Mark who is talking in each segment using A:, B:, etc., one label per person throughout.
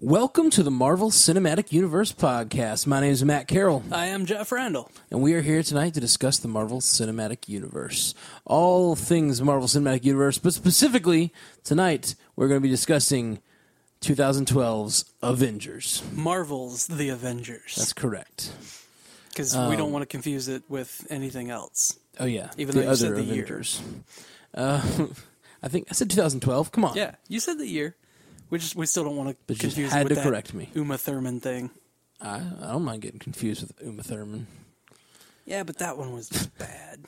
A: Welcome to the Marvel Cinematic Universe podcast. My name is Matt Carroll,
B: I am Jeff Randall.
A: and we are here tonight to discuss the Marvel Cinematic Universe. All things Marvel Cinematic Universe, but specifically tonight, we're going to be discussing 2012's Avengers.
B: Marvel's The Avengers.
A: That's um, correct.
B: Because we don't want to confuse it with anything else.
A: Oh, yeah.
B: Even
A: the
B: though you
A: other
B: said the year.
A: Avengers. Uh, I think I said 2012. Come on.
B: Yeah, you said the year. We just we still don't want to
A: But you
B: confuse
A: had
B: it
A: to
B: with that
A: correct me.
B: Uma Thurman thing.
A: I, I don't mind getting confused with Uma Thurman.
B: Yeah, but that one was bad.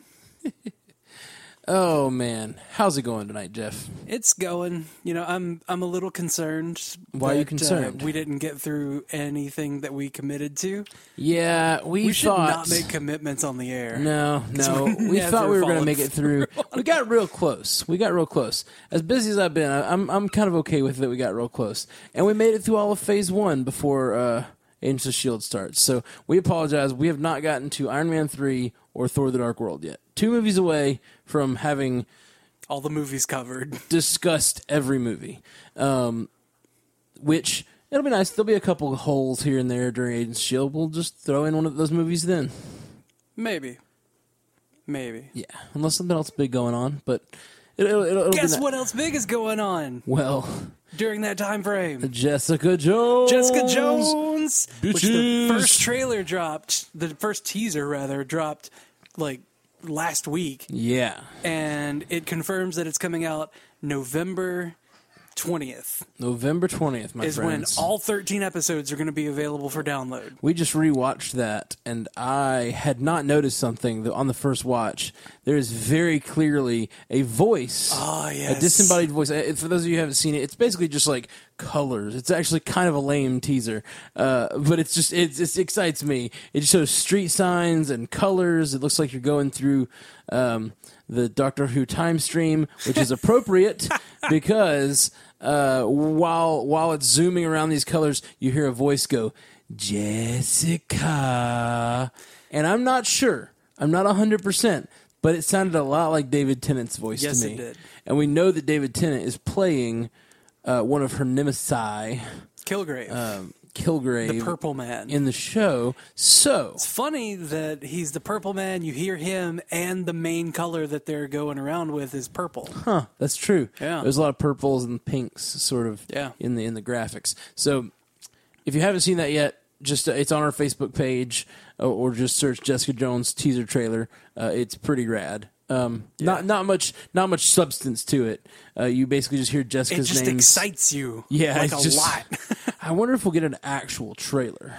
A: Oh, man. How's it going tonight, Jeff?
B: It's going. You know, I'm I'm a little concerned.
A: Why are you
B: that, uh,
A: concerned?
B: we didn't get through anything that we committed to.
A: Yeah, we,
B: We should
A: thought.
B: not make commitments on the air.
A: No, no.
B: we
A: We thought
B: never
A: we were going to
B: followed
A: make it through. We got real close. We got real close. As busy as I've been, I, I'm I'm kind of okay with it. that We got real close, and we made it through all of Phase One before uh, Agents of Shield starts. So we apologize. We have not gotten to Iron Man three or Thor: The Dark World yet. Two movies away from having
B: All the movies covered.
A: discussed every movie. Um, which it'll be nice. There'll be a couple holes here and there during Agents of Shield. E We'll just throw in one of those movies then.
B: Maybe. Maybe.
A: Yeah, unless something else big going on, but it, it'll, it'll, it'll
B: Guess
A: be
B: what else big is going on
A: Well,
B: during that time frame?
A: Jessica Jones.
B: Jessica Jones, which the
A: Bitches.
B: first trailer dropped, the first teaser rather dropped like last week,
A: Yeah.
B: and it confirms that it's coming out November twentieth
A: November 20th, my
B: is
A: friends.
B: when all thirteen episodes are going to be available for download.
A: we just rewatched that, and I had not noticed something that on the first watch. There is very clearly a voice.
B: Ah,
A: A
B: yes.
A: disembodied voice. Uh, For those of you who haven't seen it, it's basically just like colors. It's actually kind of a lame teaser, uh, but it's just it's, it excites me. It shows street signs and colors. It looks like you're going through um, the Doctor Who time stream, which is appropriate because uh, while while it's zooming around these colors, you hear a voice go, "Jessica," and I'm not sure. I'm not hundred percent. But it sounded a lot like David Tennant's voice
B: Yes,
A: to
B: it
A: me.
B: did.
A: And we know that David Tennant is playing uh, one of her nemesis,
B: Kilgrave,
A: um, Kilgrave,
B: the Purple Man.
A: in the show. So
B: it's funny that he's the Purple Man. You hear him, and the main color that they're going around with is purple.
A: Huh, that's true.
B: Yeah.
A: There's a lot of purples and pinks sort of
B: Yeah.
A: in the in the graphics. So if you haven't seen that yet, just uh, it's on our Facebook page uh, or just search Jessica Jones teaser trailer. Uh, it's pretty rad. Um, not not much not much substance to it. Uh, you basically just hear
B: It
A: Jessica's
B: just
A: name.
B: excites you,
A: yeah,
B: like
A: it's
B: a
A: just-
B: lot,
A: I wonder if we'll get an actual trailer.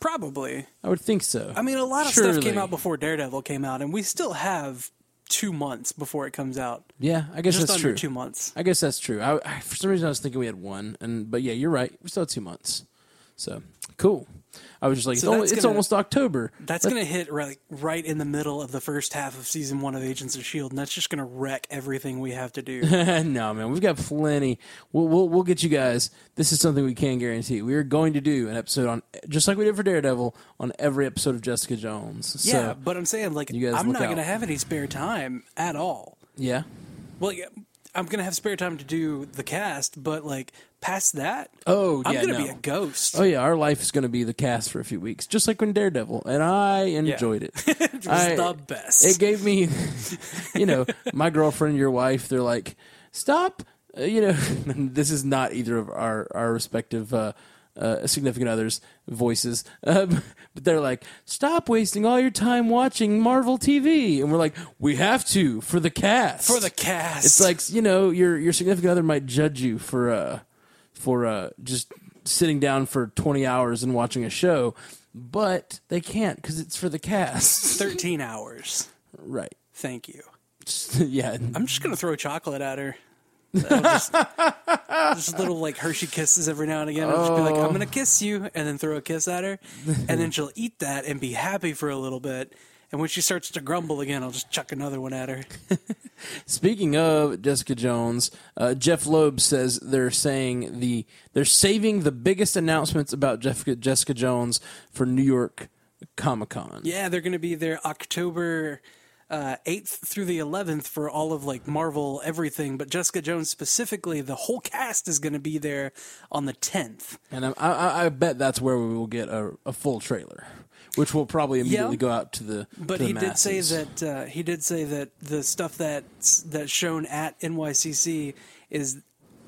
B: probably.
A: I would think so.
B: I mean, a lot of stuff came
A: Surely.
B: out before Daredevil came out, and we still have two months before it comes out.
A: Yeah, I guess
B: Just
A: that's
B: under
A: true.
B: two months.
A: I guess that's true. I, I, for some reason, I was thinking we had one, and but yeah, you're right. We still had two months. So cool. I was just like,
B: So
A: it's, al-
B: that's
A: it's
B: gonna-
A: almost October.
B: That's going to hit right, right in the middle of the first half of season one of Agents of S.H.I.E.L.D., E and that's just going to wreck everything we have to do.
A: no, man, we've got plenty. We'll, we'll we'll get you guys. This is something we can guarantee. We are going to do an episode on just like we did for Daredevil on every episode of Jessica Jones. So,
B: yeah, but I'm saying, like,
A: You guys
B: I'm
A: look
B: not
A: out.
B: going to have any spare time at all.
A: yeah,
B: Well, yeah, I'm going to have spare time to do the cast, but, like, past that,
A: Oh,
B: I'm
A: yeah,
B: gonna
A: no.
B: be a ghost.
A: Oh yeah, our life is going to be the cast for a few weeks, just like when Daredevil, and I enjoyed it.
B: It was
A: I-
B: the best.
A: It gave me, you know, my girlfriend, your wife. They're like, stop. Uh, you know, this is not either of our our respective. Uh, uh, significant others' voices, um, but they're like, "Stop wasting all your time watching Marvel TV," and we're like, "We have to for the cast."
B: for the cast.
A: It's like you know your your significant other might judge you for uh for uh just sitting down for 20 hours and watching a show, but they can't because it's for the cast,
B: 13 hours.
A: right?
B: Thank you.
A: yeah,
B: I'm just gonna throw chocolate at her. I'll just, just little like Hershey kisses every now and again. I'll just be like, I'm gonna kiss you, and then throw a kiss at her, and then she'll eat that and be happy for a little bit. And when she starts to grumble again, I'll just chuck another one at her.
A: Speaking of Jessica Jones, uh, Jeff Loeb says they're saying the they're saving the biggest announcements about Jessica, Jessica Jones for New York Comic Con.
B: Yeah, they're going to be there October uh, 8th through the 11th for all of like Marvel everything, but Jessica Jones specifically, the whole cast is going to be there on the 10th.
A: And I, I, I bet that's where we will get a, a full trailer, which will probably immediately go out to the.
B: But
A: to the
B: he did say
A: masses.
B: that uh, he did say that the stuff that's that's shown at NYCC is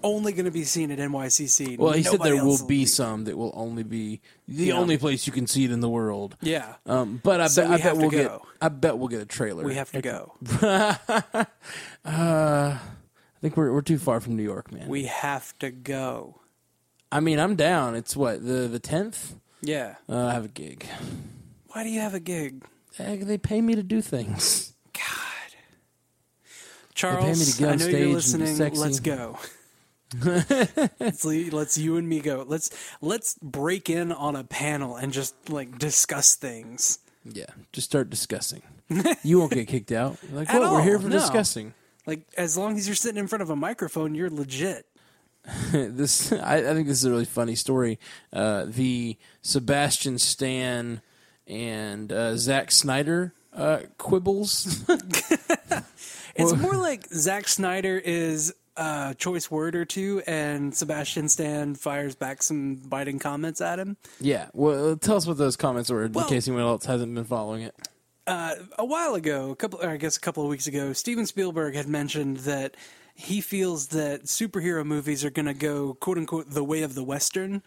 B: only going to be seen at NYCC.
A: Well, he said
B: Nobody
A: there
B: else
A: will be some that will only be the only place you can see it in the world.
B: Yeah,
A: Um, but I
B: So
A: bet
B: we
A: I bet
B: have to
A: we'll get
B: go.
A: I bet we'll get a trailer.
B: we have to go.
A: I think we're we're too far from New York, man.
B: We have to go.
A: I mean, I'm down. It's what the the tenth.
B: Yeah.
A: Uh, I have a gig.
B: Why do you have a gig?
A: Eh, They pay me to do things.
B: Charles,
A: to get
B: I
A: on stage and
B: know you're
A: be
B: listening.
A: sexy.
B: Let's go. let's, le- let's you and me go. Let's let's break in on a panel and just like discuss things.
A: Yeah, just start discussing. you won't get kicked out. You're Like
B: At
A: what? We're here
B: all,
A: for
B: no.
A: discussing.
B: Like as long as you're sitting in front of a microphone, you're legit.
A: this I, I think this is a really funny story. Uh, the Sebastian Stan and uh, Zack Snyder uh, quibbles.
B: It's more like Zack Snyder is a choice word or two, and Sebastian Stan fires back some biting comments at him.
A: yeah, well, uh, tell us what those comments were
B: Well-
A: in case anyone else hasn't been following it.
B: Uh, a while ago, a couple, or I guess a couple of weeks ago, Steven Spielberg had mentioned that he feels that superhero movies are going to go "quote unquote" the way of the western,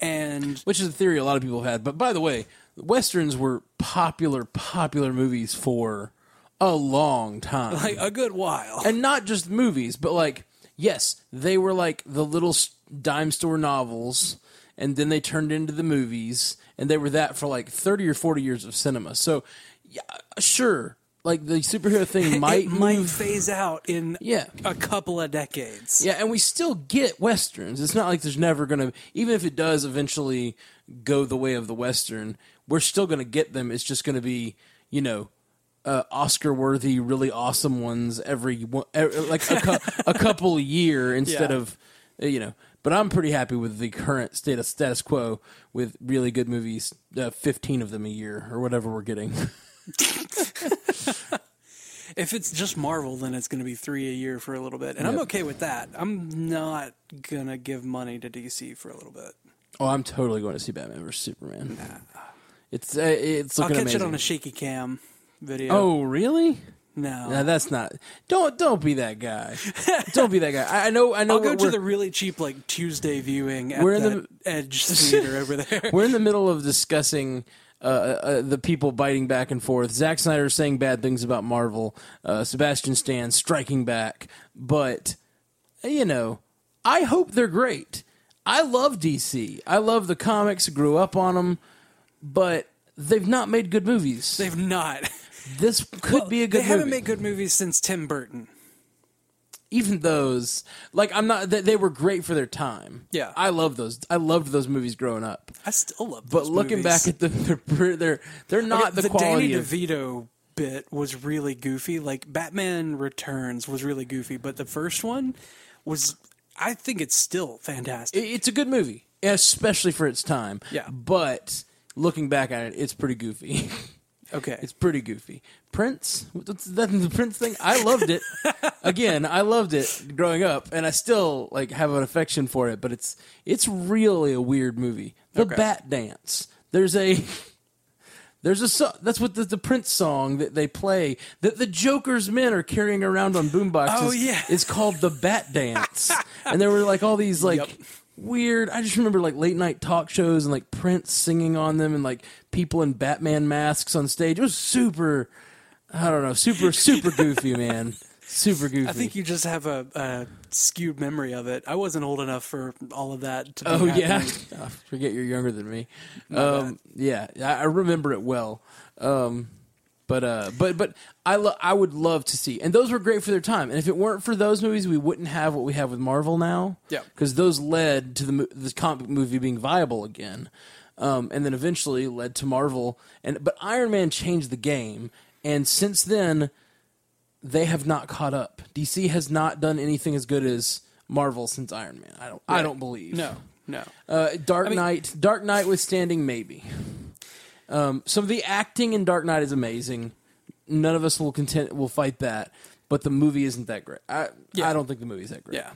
B: and
A: Which is a theory a lot of people had. But by the way, westerns were popular, popular movies for a long time.
B: like a good while.
A: and not just movies, but like yes, they were like the little s- dime store novels, and then they turned into the movies, and they were that for like thirty or forty years of cinema. So, yeah, sure, like the superhero thing might
B: it might
A: move-
B: phase out in
A: Yeah.
B: a couple of decades.
A: yeah, and we still get westerns. It's not like there's never gonna, even if it does eventually go the way of the western, we're still gonna get them. It's just gonna be, you know, uh, Oscar-worthy, really awesome ones every one, e- like a, cou- a couple a year instead
B: Yeah.
A: of, uh, you know. But I'm pretty happy with the current state of status quo with really good movies, uh, 15 of them a year or whatever we're getting.
B: If it's just Marvel, then it's going to be three a year for a little bit, and I'm okay with that. I'm not gonna give money to DC for a little bit.
A: oh, I'm totally going to see Batman vs Superman. It's uh, it's
B: I'll
A: looking
B: catch
A: amazing.
B: it on a shaky cam video.
A: oh, really?
B: no,
A: Now that's not. Don't don't be that guy. don't be that guy. I, I know. I know.
B: I'll go
A: we're,
B: to the really cheap like Tuesday viewing at
A: We're in
B: the Edge Theater over there.
A: we're in the middle of discussing. Uh, uh, the people biting back and forth. Zack Snyder saying bad things about Marvel. Uh, Sebastian Stan striking back. But you know, I hope they're great. I love DC. I love the comics. Grew up on them, but they've not made good movies.
B: They've not.
A: this could be a
B: They
A: good.
B: haven't
A: movie.
B: made good movies since Tim Burton.
A: even those like i'm not they, they were great for their time
B: Yeah.
A: i love those i loved those movies growing up
B: I still love.
A: but
B: those
A: looking
B: movies.
A: back at them they're pre- they're they're not the, quality
B: Danny
A: of
B: DeVito bit was really goofy. Like Batman Returns was really goofy, but the first one was. I think it's still fantastic.
A: it- it's a good movie especially for its time
B: Yeah.
A: but looking back at it it's pretty goofy
B: okay,
A: it's pretty goofy prince that's, that's the prince thing i loved it again i loved it growing up and i still like have an affection for it but it's it's really a weird movie the bat dance there's a There's a so- that's what the, the Prince song that they play that the Joker's men are carrying around on boomboxes.
B: Oh, yeah.
A: is called the Bat Dance, and there were like all these like
B: Yep.
A: weird. I just remember like late night talk shows and like Prince singing on them and like people in Batman masks on stage. It was super. I don't know, super super goofy, man, super goofy.
B: I think you just have a, a skewed memory of it. I wasn't old enough for all of that. To be
A: Oh yeah,
B: happening.
A: I forget you're younger than me. Um, yeah, I I remember it well. Um, but uh, but but I lo- I would love to see, and those were great for their time. And if it weren't for those movies, we wouldn't have what we have with Marvel now.
B: Yeah.
A: because those led to the mo- the comic book movie being viable again. um, and then eventually led to Marvel. And but Iron Man changed the game, and since then, they have not caught up. DC has not done anything as good as Marvel since Iron Man. I don't. I don't believe.
B: No, no.
A: Uh, Dark Knight. Dark Knight withstanding, maybe. Um, some of the acting in Dark Knight is amazing. None of us will content will fight that, but the movie isn't that great. I I don't think the movie's that great.
B: Yeah.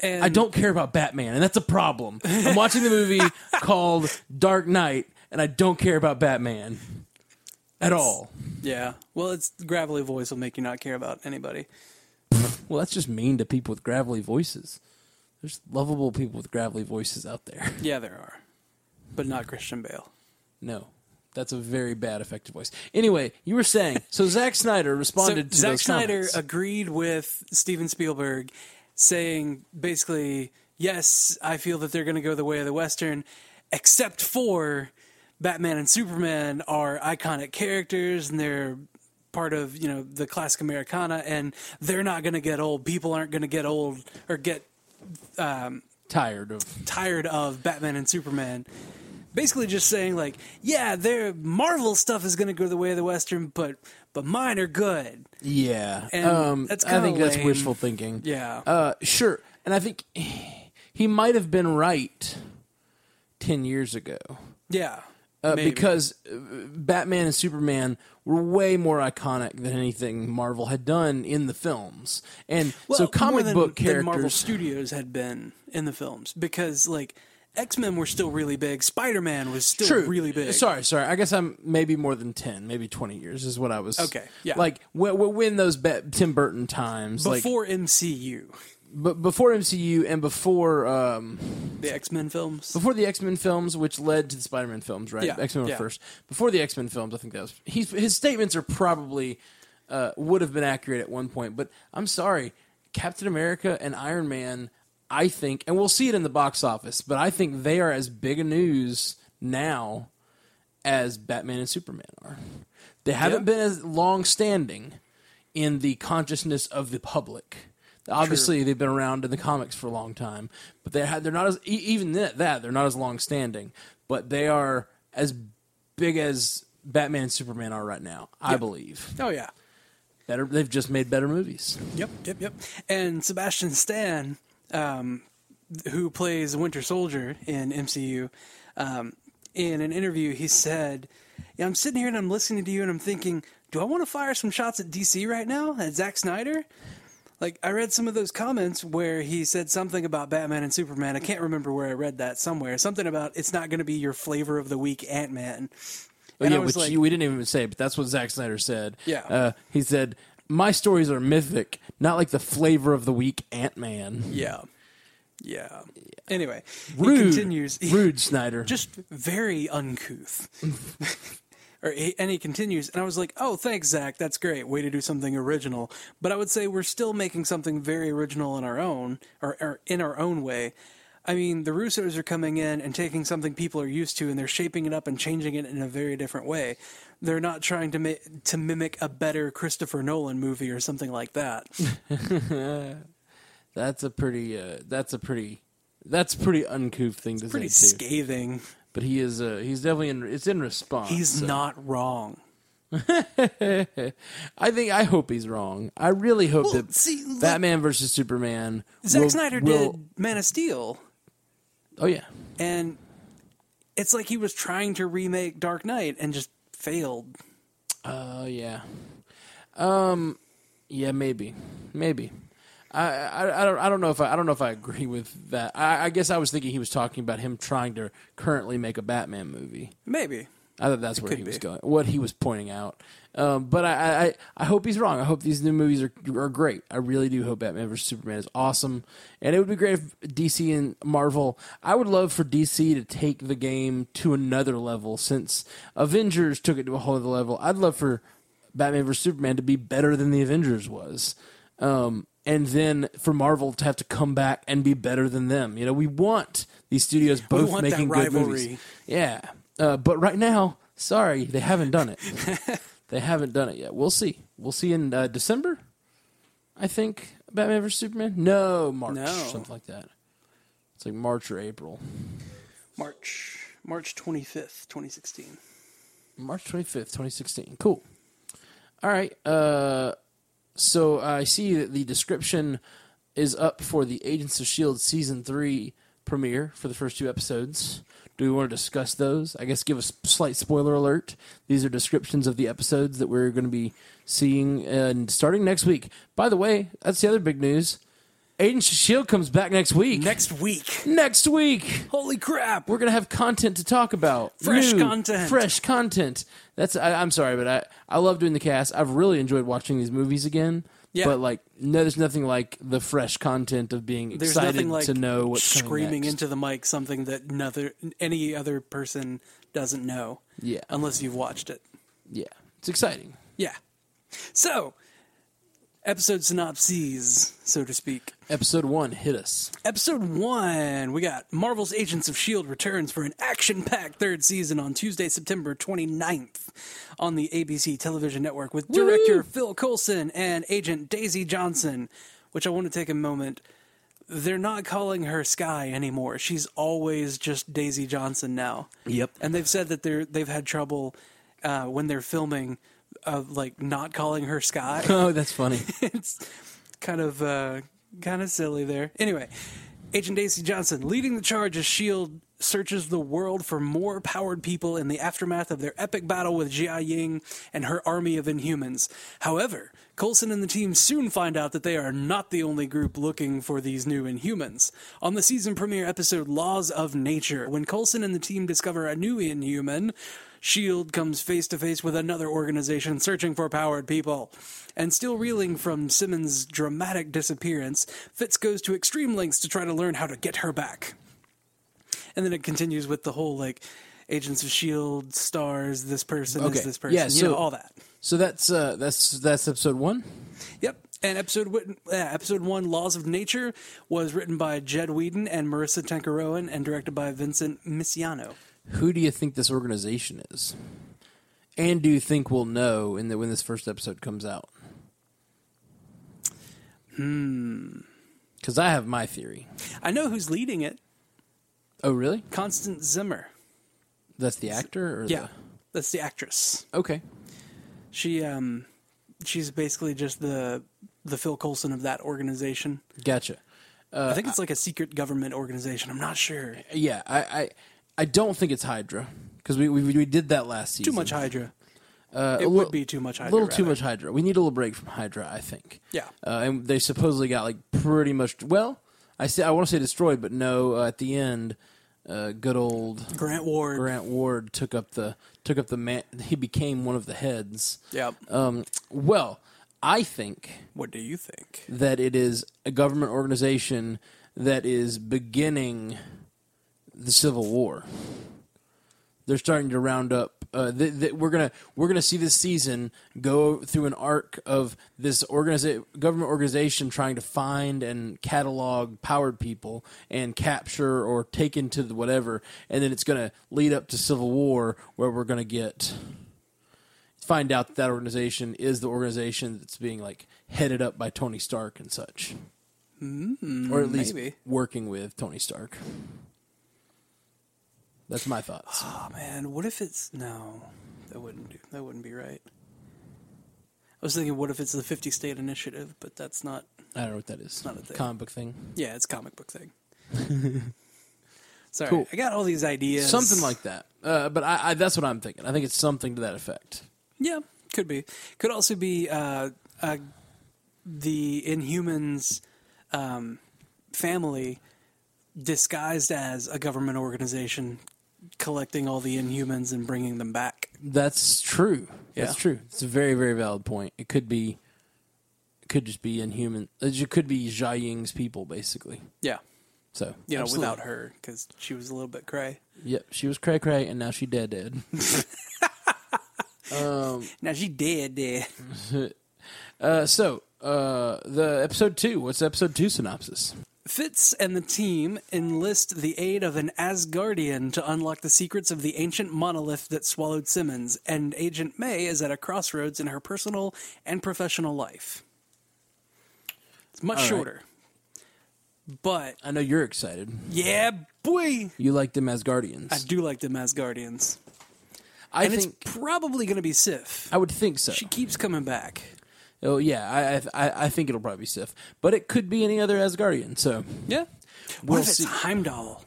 B: And
A: I don't care about Batman, and that's a problem. I'm watching the movie called Dark Knight, and I don't care about Batman at all.
B: Yeah. Well, it's the gravelly voice will make you not care about anybody.
A: Well, that's just mean to people with gravelly voices. There's lovable people with gravelly voices out there.
B: Yeah, there are, but not Christian Bale.
A: No, that's a very bad effective voice. Anyway, you were saying so. Zack Snyder
B: So
A: responded to
B: Zack
A: those
B: Snyder uh,
A: comments.
B: agreed with Steven Spielberg, saying basically, "Yes, I feel that they're going to go the way of the western, except for Batman and Superman are iconic characters and they're." part of you know the classic americana and they're not going to get old people aren't going to get old or get
A: tired of
B: tired of Batman and Superman. Basically, just saying like, yeah, their Marvel stuff is going to go the way of the Western, but but mine are good.
A: yeah.
B: And
A: um,
B: that's
A: I
B: kinda
A: think that's
B: lame.
A: wishful thinking.
B: Yeah,
A: Uh, sure. And I think he might have been right ten years ago.
B: yeah,
A: uh,
B: Maybe.
A: because uh, Batman and Superman were way more iconic than anything Marvel had done in the films, and so
B: Well, more
A: comic
B: than-
A: book
B: than Marvel
A: characters.
B: Studios had been in the films because like X Men were still really big, Spider Man was still
A: True.
B: really big.
A: Sorry, sorry. I guess I'm maybe more than ten, maybe twenty years is what I was.
B: Okay, yeah.
A: Like when, when those Ba- Tim Burton times, like
B: before MCU,
A: b- before MCU and before um,
B: the X Men films.
A: before the X Men films, which led to the Spider Man films, right?
B: Yeah,
A: X Men were
B: yeah.
A: first. Before the X Men films, I think that was he's, his statements are probably uh, would have been accurate at one point, but I'm sorry, Captain America and Iron Man, I think, and we'll see it in the box office, but I think they are as big a news now as Batman and Superman are. They haven't
B: Yeah.
A: been as long standing in the consciousness of the public. Obviously, they've been around in the comics for a long time, but they had, they're not as e- even that, that they're not as long standing, but they are as big as Batman and Superman are right now. I believe
B: Oh yeah,
A: better. They've just made better movies.
B: Yep, yep, yep. And Sebastian Stan, um, who plays Winter Soldier in MCU, um, in an interview, he said, yeah, I'm sitting here and I'm listening to you and I'm thinking, do I want to fire some shots at DC right now, at Zack Snyder? Like, I read some of those comments where he said something about Batman and Superman. I can't remember where I read that somewhere. Something about it's not going to be your flavor of the week, Ant Man.
A: Oh, yeah, which you- we didn't even say, but that's what Zack Snyder said.
B: Yeah.
A: uh, he said, "My stories are mythic, not like the flavor of the week Ant Man."
B: yeah. Yeah. Anyway,
A: Rude,
B: he continues.
A: rude Snyder.
B: just very uncouth. or he, and he continues, and I was like, "Oh, thanks, Zach. That's great. Way to do something original." But I would say we're still making something very original in our own, or, or in our own way. I mean, the Russos are coming in and taking something people are used to, and they're shaping it up and changing it in a very different way. They're not trying to mi- to mimic a better Christopher Nolan movie or something like that.
A: That's a pretty. Uh, that's a pretty. That's a pretty uncouth thing to
B: Pretty
A: say too.
B: scathing.
A: But he is. Uh, he's definitely in. It's in response.
B: He's
A: so.
B: not wrong.
A: I think. I hope he's wrong. I really hope
B: Well,
A: that
B: see, look-
A: Batman versus Superman.
B: Zack
A: will-
B: Snyder
A: will-
B: did Man of Steel.
A: Oh yeah.
B: and it's like he was trying to remake Dark Knight and just failed.
A: Oh yeah. Um. Yeah. Maybe. Maybe. I, I, I don't I don't know if I, I don't know if I agree with that. I, I guess I was thinking he was talking about him trying to currently make a Batman movie.
B: Maybe.
A: I thought that's where he
B: could
A: was
B: be.
A: going, what he was pointing out. Um, but I, I- I, I hope he's wrong. I hope these new movies are are great. I really do hope Batman vs Superman is awesome, and it would be great if DC and Marvel. I would love for DC to take the game to another level, since Avengers took it to a whole other level. I'd love for Batman vs Superman to be better than the Avengers was. Um, and then for Marvel to have to come back and be better than them, you know, we want these studios both
B: want that
A: making good movies.
B: rivalry.
A: Yeah. Uh, but right now, sorry, they haven't done it. they haven't done it yet. We'll see. We'll see in uh, December, I think, Batman vs. Superman. No, March.
B: No.
A: Something like that. It's like March or April.
B: March. March 25th, 2016.
A: March 25th, 2016. Cool. All right. Uh, so I see that the description is up for the Agents of S.H.I.E.L.D. E season three premiere for the first two episodes. Do we want to discuss those? I guess give a s- slight spoiler alert. These are descriptions of the episodes that we're going to be seeing and starting next week. By the way, that's the other big news. Agents of S.H.I.E.L.D. E comes back next week.
B: Next week.
A: next week!
B: Holy crap.
A: we're gonna have content to talk about.
B: Fresh content.
A: Fresh content. That's I, I'm sorry, but I I love doing the cast. I've really enjoyed watching these movies again.
B: Yeah.
A: But like, no, there's nothing like the fresh content of being
B: There's
A: excited
B: nothing like
A: to know what's
B: screaming
A: coming next.
B: into the mic something that another any other person doesn't know.
A: Yeah.
B: Unless you've watched it.
A: yeah, it's exciting.
B: Yeah. So, episode synopses, so to speak.
A: Episode one hit us.
B: Episode one, we got Marvel's Agents of S.H.I.E.L.D. E returns for an action packed third season on Tuesday, September 29th on the ABC television network with director Phil Coulson and agent Daisy Johnson, which I want to take a moment. They're not calling her Sky anymore. She's always just Daisy Johnson now.
A: Yep.
B: And they've said that they're, they've had trouble uh, when they're filming, uh, like not calling her Sky
A: Oh, that's funny.
B: it's kind of uh, kind of silly there. Anyway, Agent Daisy Johnson leading the charge as Shield E searches the world for more powered people in the aftermath of their epic battle with Jia Ying and her army of Inhumans. However, Coulson and the team soon find out that they are not the only group looking for these new Inhumans. On the season premiere episode Laws of Nature, when Coulson and the team discover a new Inhuman, Shield E comes face to face with another organization searching for powered people. And still reeling from Simmons' dramatic disappearance, Fitz goes to extreme lengths to try to learn how to get her back. And then it continues with the whole like Agents of Shield E stars this person
A: Okay.
B: is this person,
A: Yeah,
B: you
A: so-
B: know all that.
A: so that's uh, that's that's episode one.
B: Yep. And episode wi- uh, episode one, Laws of Nature, was written by Jed Whedon and Marissa Tankerowen and directed by Vincent Misiano.
A: Who do you think this organization is? And do you think we'll know in the, when this first episode comes out? Hmm. Hmm. Because I have my theory.
B: I know who's leading it.
A: Oh, really?
B: Constance Zimmer.
A: That's the actor? Or
B: Yeah, that's the actress.
A: The... Okay.
B: She um, she's basically just the the Phil Coulson of that organization.
A: Gotcha.
B: I think it's like a secret government organization. I'm not sure.
A: Uh, Yeah, I, I, I don't think it's Hydra because we, we we did that last season.
B: Too much Hydra.
A: Uh,
B: It
A: a
B: would
A: li-
B: be too much Hydra.
A: A little too
B: rather.
A: much Hydra. We need a little break from Hydra, I think.
B: Yeah.
A: Uh, and they supposedly got like pretty much. Well, I say I want to say destroyed, but no. Uh, at the end, uh, good old
B: Grant Ward.
A: Grant Ward took up the took up the man. He became one of the heads.
B: Yep.
A: Um, well, I think
B: what do you think?
A: that it is a government organization that is beginning the Civil War. They're starting to round up. Uh, th- th- we're gonna we're gonna see this season go through an arc of this organiza- government organization trying to find and catalog powered people and capture or take into the whatever, and then it's gonna lead up to Civil War where we're gonna get find out that, that organization is the organization that's being like headed up by Tony Stark and such, mm, or at least
B: maybe.
A: working with Tony Stark. That's my thoughts.
B: Oh man, what if it's no? That wouldn't do. That wouldn't be right. I was thinking, what if it's the 50 state initiative? But that's not.
A: I don't know what that is.
B: not a thing.
A: Comic book thing.
B: Yeah, it's a comic book thing. Sorry,
A: Cool.
B: I got all these ideas.
A: Something like that. Uh, but I, I, that's what I'm thinking. I think it's something to that effect.
B: Yeah, could be. Could also be uh, uh, the Inhumans um, family disguised as a government organization, collecting all the Inhumans and bringing them back.
A: That's true. That's
B: Yeah.
A: true. It's a very, very valid point. It could be, it could just be inhuman. It ju- could be Zha Ying's people, basically.
B: Yeah,
A: So
B: you know,
A: absolutely.
B: without her because she was a little bit cray.
A: Yep, she was cray cray, and now she dead dead.
B: Now she dead, dead.
A: Uh, so uh, the episode two. What's the episode two synopsis?
B: Fitz and the team enlist the aid of an Asgardian to unlock the secrets of the ancient monolith that swallowed Simmons, and Agent May is at a crossroads in her personal and professional life. It's much
A: right.
B: shorter. But
A: I know you're excited.
B: yeah, boy,
A: You like them as guardians.
B: I do like them as Guardians,
A: I,
B: and
A: think.
B: it's probably going to be Sif.
A: I would think so.
B: She keeps coming back.
A: oh yeah, I, I I think it'll probably be Sif, but it could be any other Asgardian. So
B: Yeah, what
A: We'll
B: if it's
A: see.
B: Heimdall?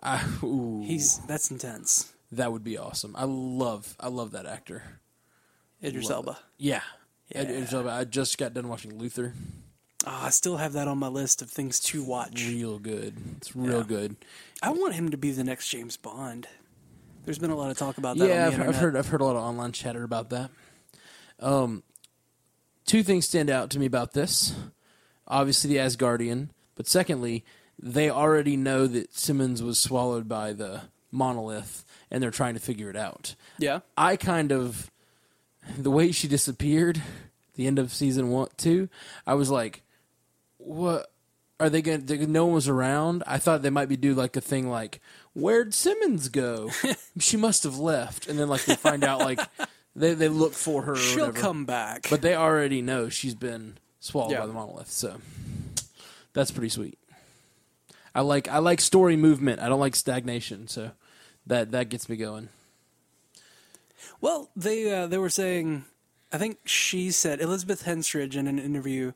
A: I, ooh,
B: He's that's intense.
A: that would be awesome. I love I love that actor.
B: Idris Elba.
A: Yeah. I-
B: Yeah.
A: I, I just got done watching Luther.
B: Ah, I still have that on my list of things to watch.
A: Real good. It's real
B: Yeah.
A: good.
B: I want him to be the next James Bond. There's been a lot of talk about that.
A: yeah,
B: on
A: I've,
B: the
A: I've
B: internet.
A: heard I've heard a lot of online chatter about that. Um, two things stand out to me about this. Obviously, the Asgardian, but secondly, they already know that Simmons was swallowed by the monolith, and they're trying to figure it out.
B: Yeah,
A: I kind of the way she disappeared, the end of season one two, I was like, what are they going to no one was around i thought they might be do like a thing like where'd simmons go she must have left and then like they find out like they, they look for her or
B: she'll
A: whatever.
B: come back.
A: but they already know she's been swallowed
B: Yeah.
A: by the monolith so that's pretty sweet i like i like story movement i don't like stagnation so that that gets me going
B: Well, they uh, they were saying, I think she said Elizabeth Henstridge in an interview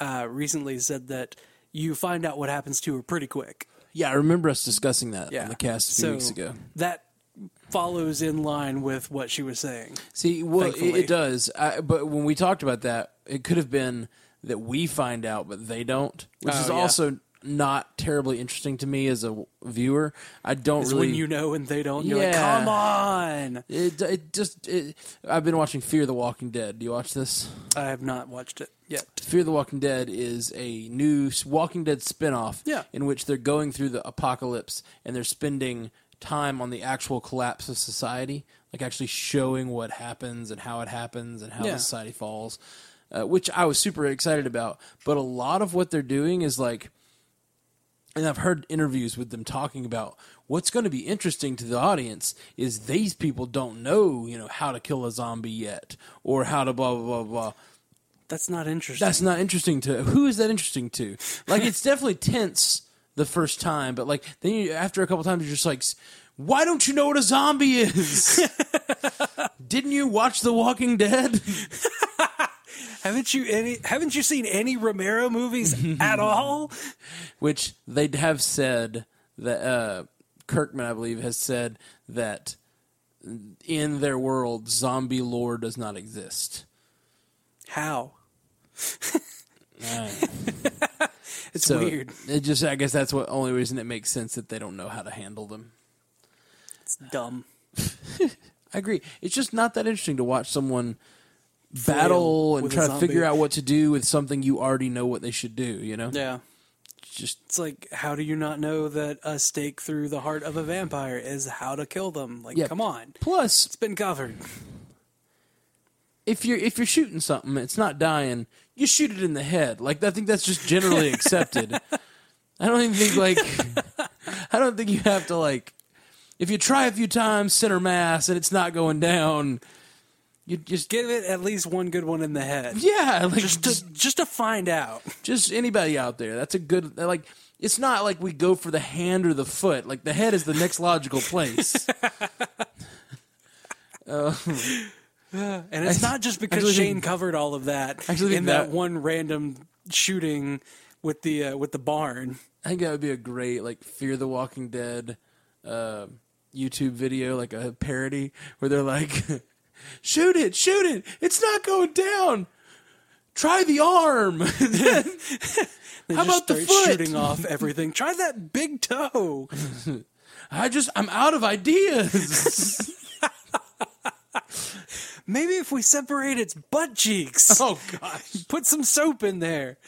B: uh, recently said that you find out what happens to her pretty quick.
A: yeah i remember us discussing that
B: Yeah,
A: on the cast a few
B: So
A: weeks ago
B: That follows in line with what she was saying.
A: See, well, it,
B: Thankfully.
A: it does. I, but when we talked about that, it could have been that we find out, but they don't, which
B: Oh,
A: is
B: yeah.
A: also not terribly interesting to me as a w- viewer. I don't
B: It's
A: really.
B: when you know and they don't. You're like,
A: Yeah.
B: come on.
A: it, it just. It, I've been watching Fear the Walking Dead. Do you watch this?
B: I have not watched it yet.
A: Fear the Walking Dead is a new s- Walking Dead spinoff
B: Yeah.
A: in which they're going through the apocalypse and they're spending time on the actual collapse of society, like actually showing what happens and how it happens and how
B: Yeah.
A: the society falls, uh, which I was super excited about. But a lot of what they're doing is like and I've heard interviews with them talking about what's going to be interesting to the audience is these people don't know, you know, how to kill a zombie yet or how to blah blah blah blah.
B: That's not interesting.
A: That's not interesting to who is that interesting to? Like it's definitely tense the first time, but like then you after a couple times you're just like, why don't you know what a zombie is? Didn't you watch The Walking Dead?
B: haven't you any? Haven't you seen any Romero movies at all?
A: Which they have said that uh, Kirkman, I believe, has said that in their world, zombie lore does not exist.
B: How? it's
A: So
B: weird.
A: It just I guess that's what only reason it makes sense that they don't know how to handle them.
B: It's dumb.
A: I agree. It's just not that interesting to watch someone battle and
B: with a
A: try to
B: zombie.
A: figure out what to do with something you already know what they should do, you know?
B: Yeah.
A: It's Just
B: It's like, how do you not know that a stake through the heart of a vampire is how to kill them? Like,
A: Yeah.
B: come on.
A: plus
B: It's been covered.
A: if you're if you're shooting something, it's not dying, you shoot it in the head. Like I think that's just generally accepted. I don't even think like I don't think you have to like if you try a few times center mass and it's not going down, you just
B: Give it at least one good one in the head.
A: yeah, like
B: Just to, just to find out.
A: just anybody out there that's a good like it's not like we go for the hand or the foot like the head is the next logical place
B: And it's not just because
A: actually
B: Shane
A: think-
B: covered all of that
A: actually think
B: in that,
A: that-
B: one random shooting with the uh, with the barn.
A: i think that would be a great like fear the walking dead uh, youtube video like a parody where they're like shoot it shoot it it's not going down try the arm
B: They
A: How
B: just
A: about the
B: start
A: foot?
B: shooting off everything. Try that big toe.
A: i just i'm out of ideas
B: Maybe if we separate its butt cheeks,
A: oh gosh
B: put some soap in there.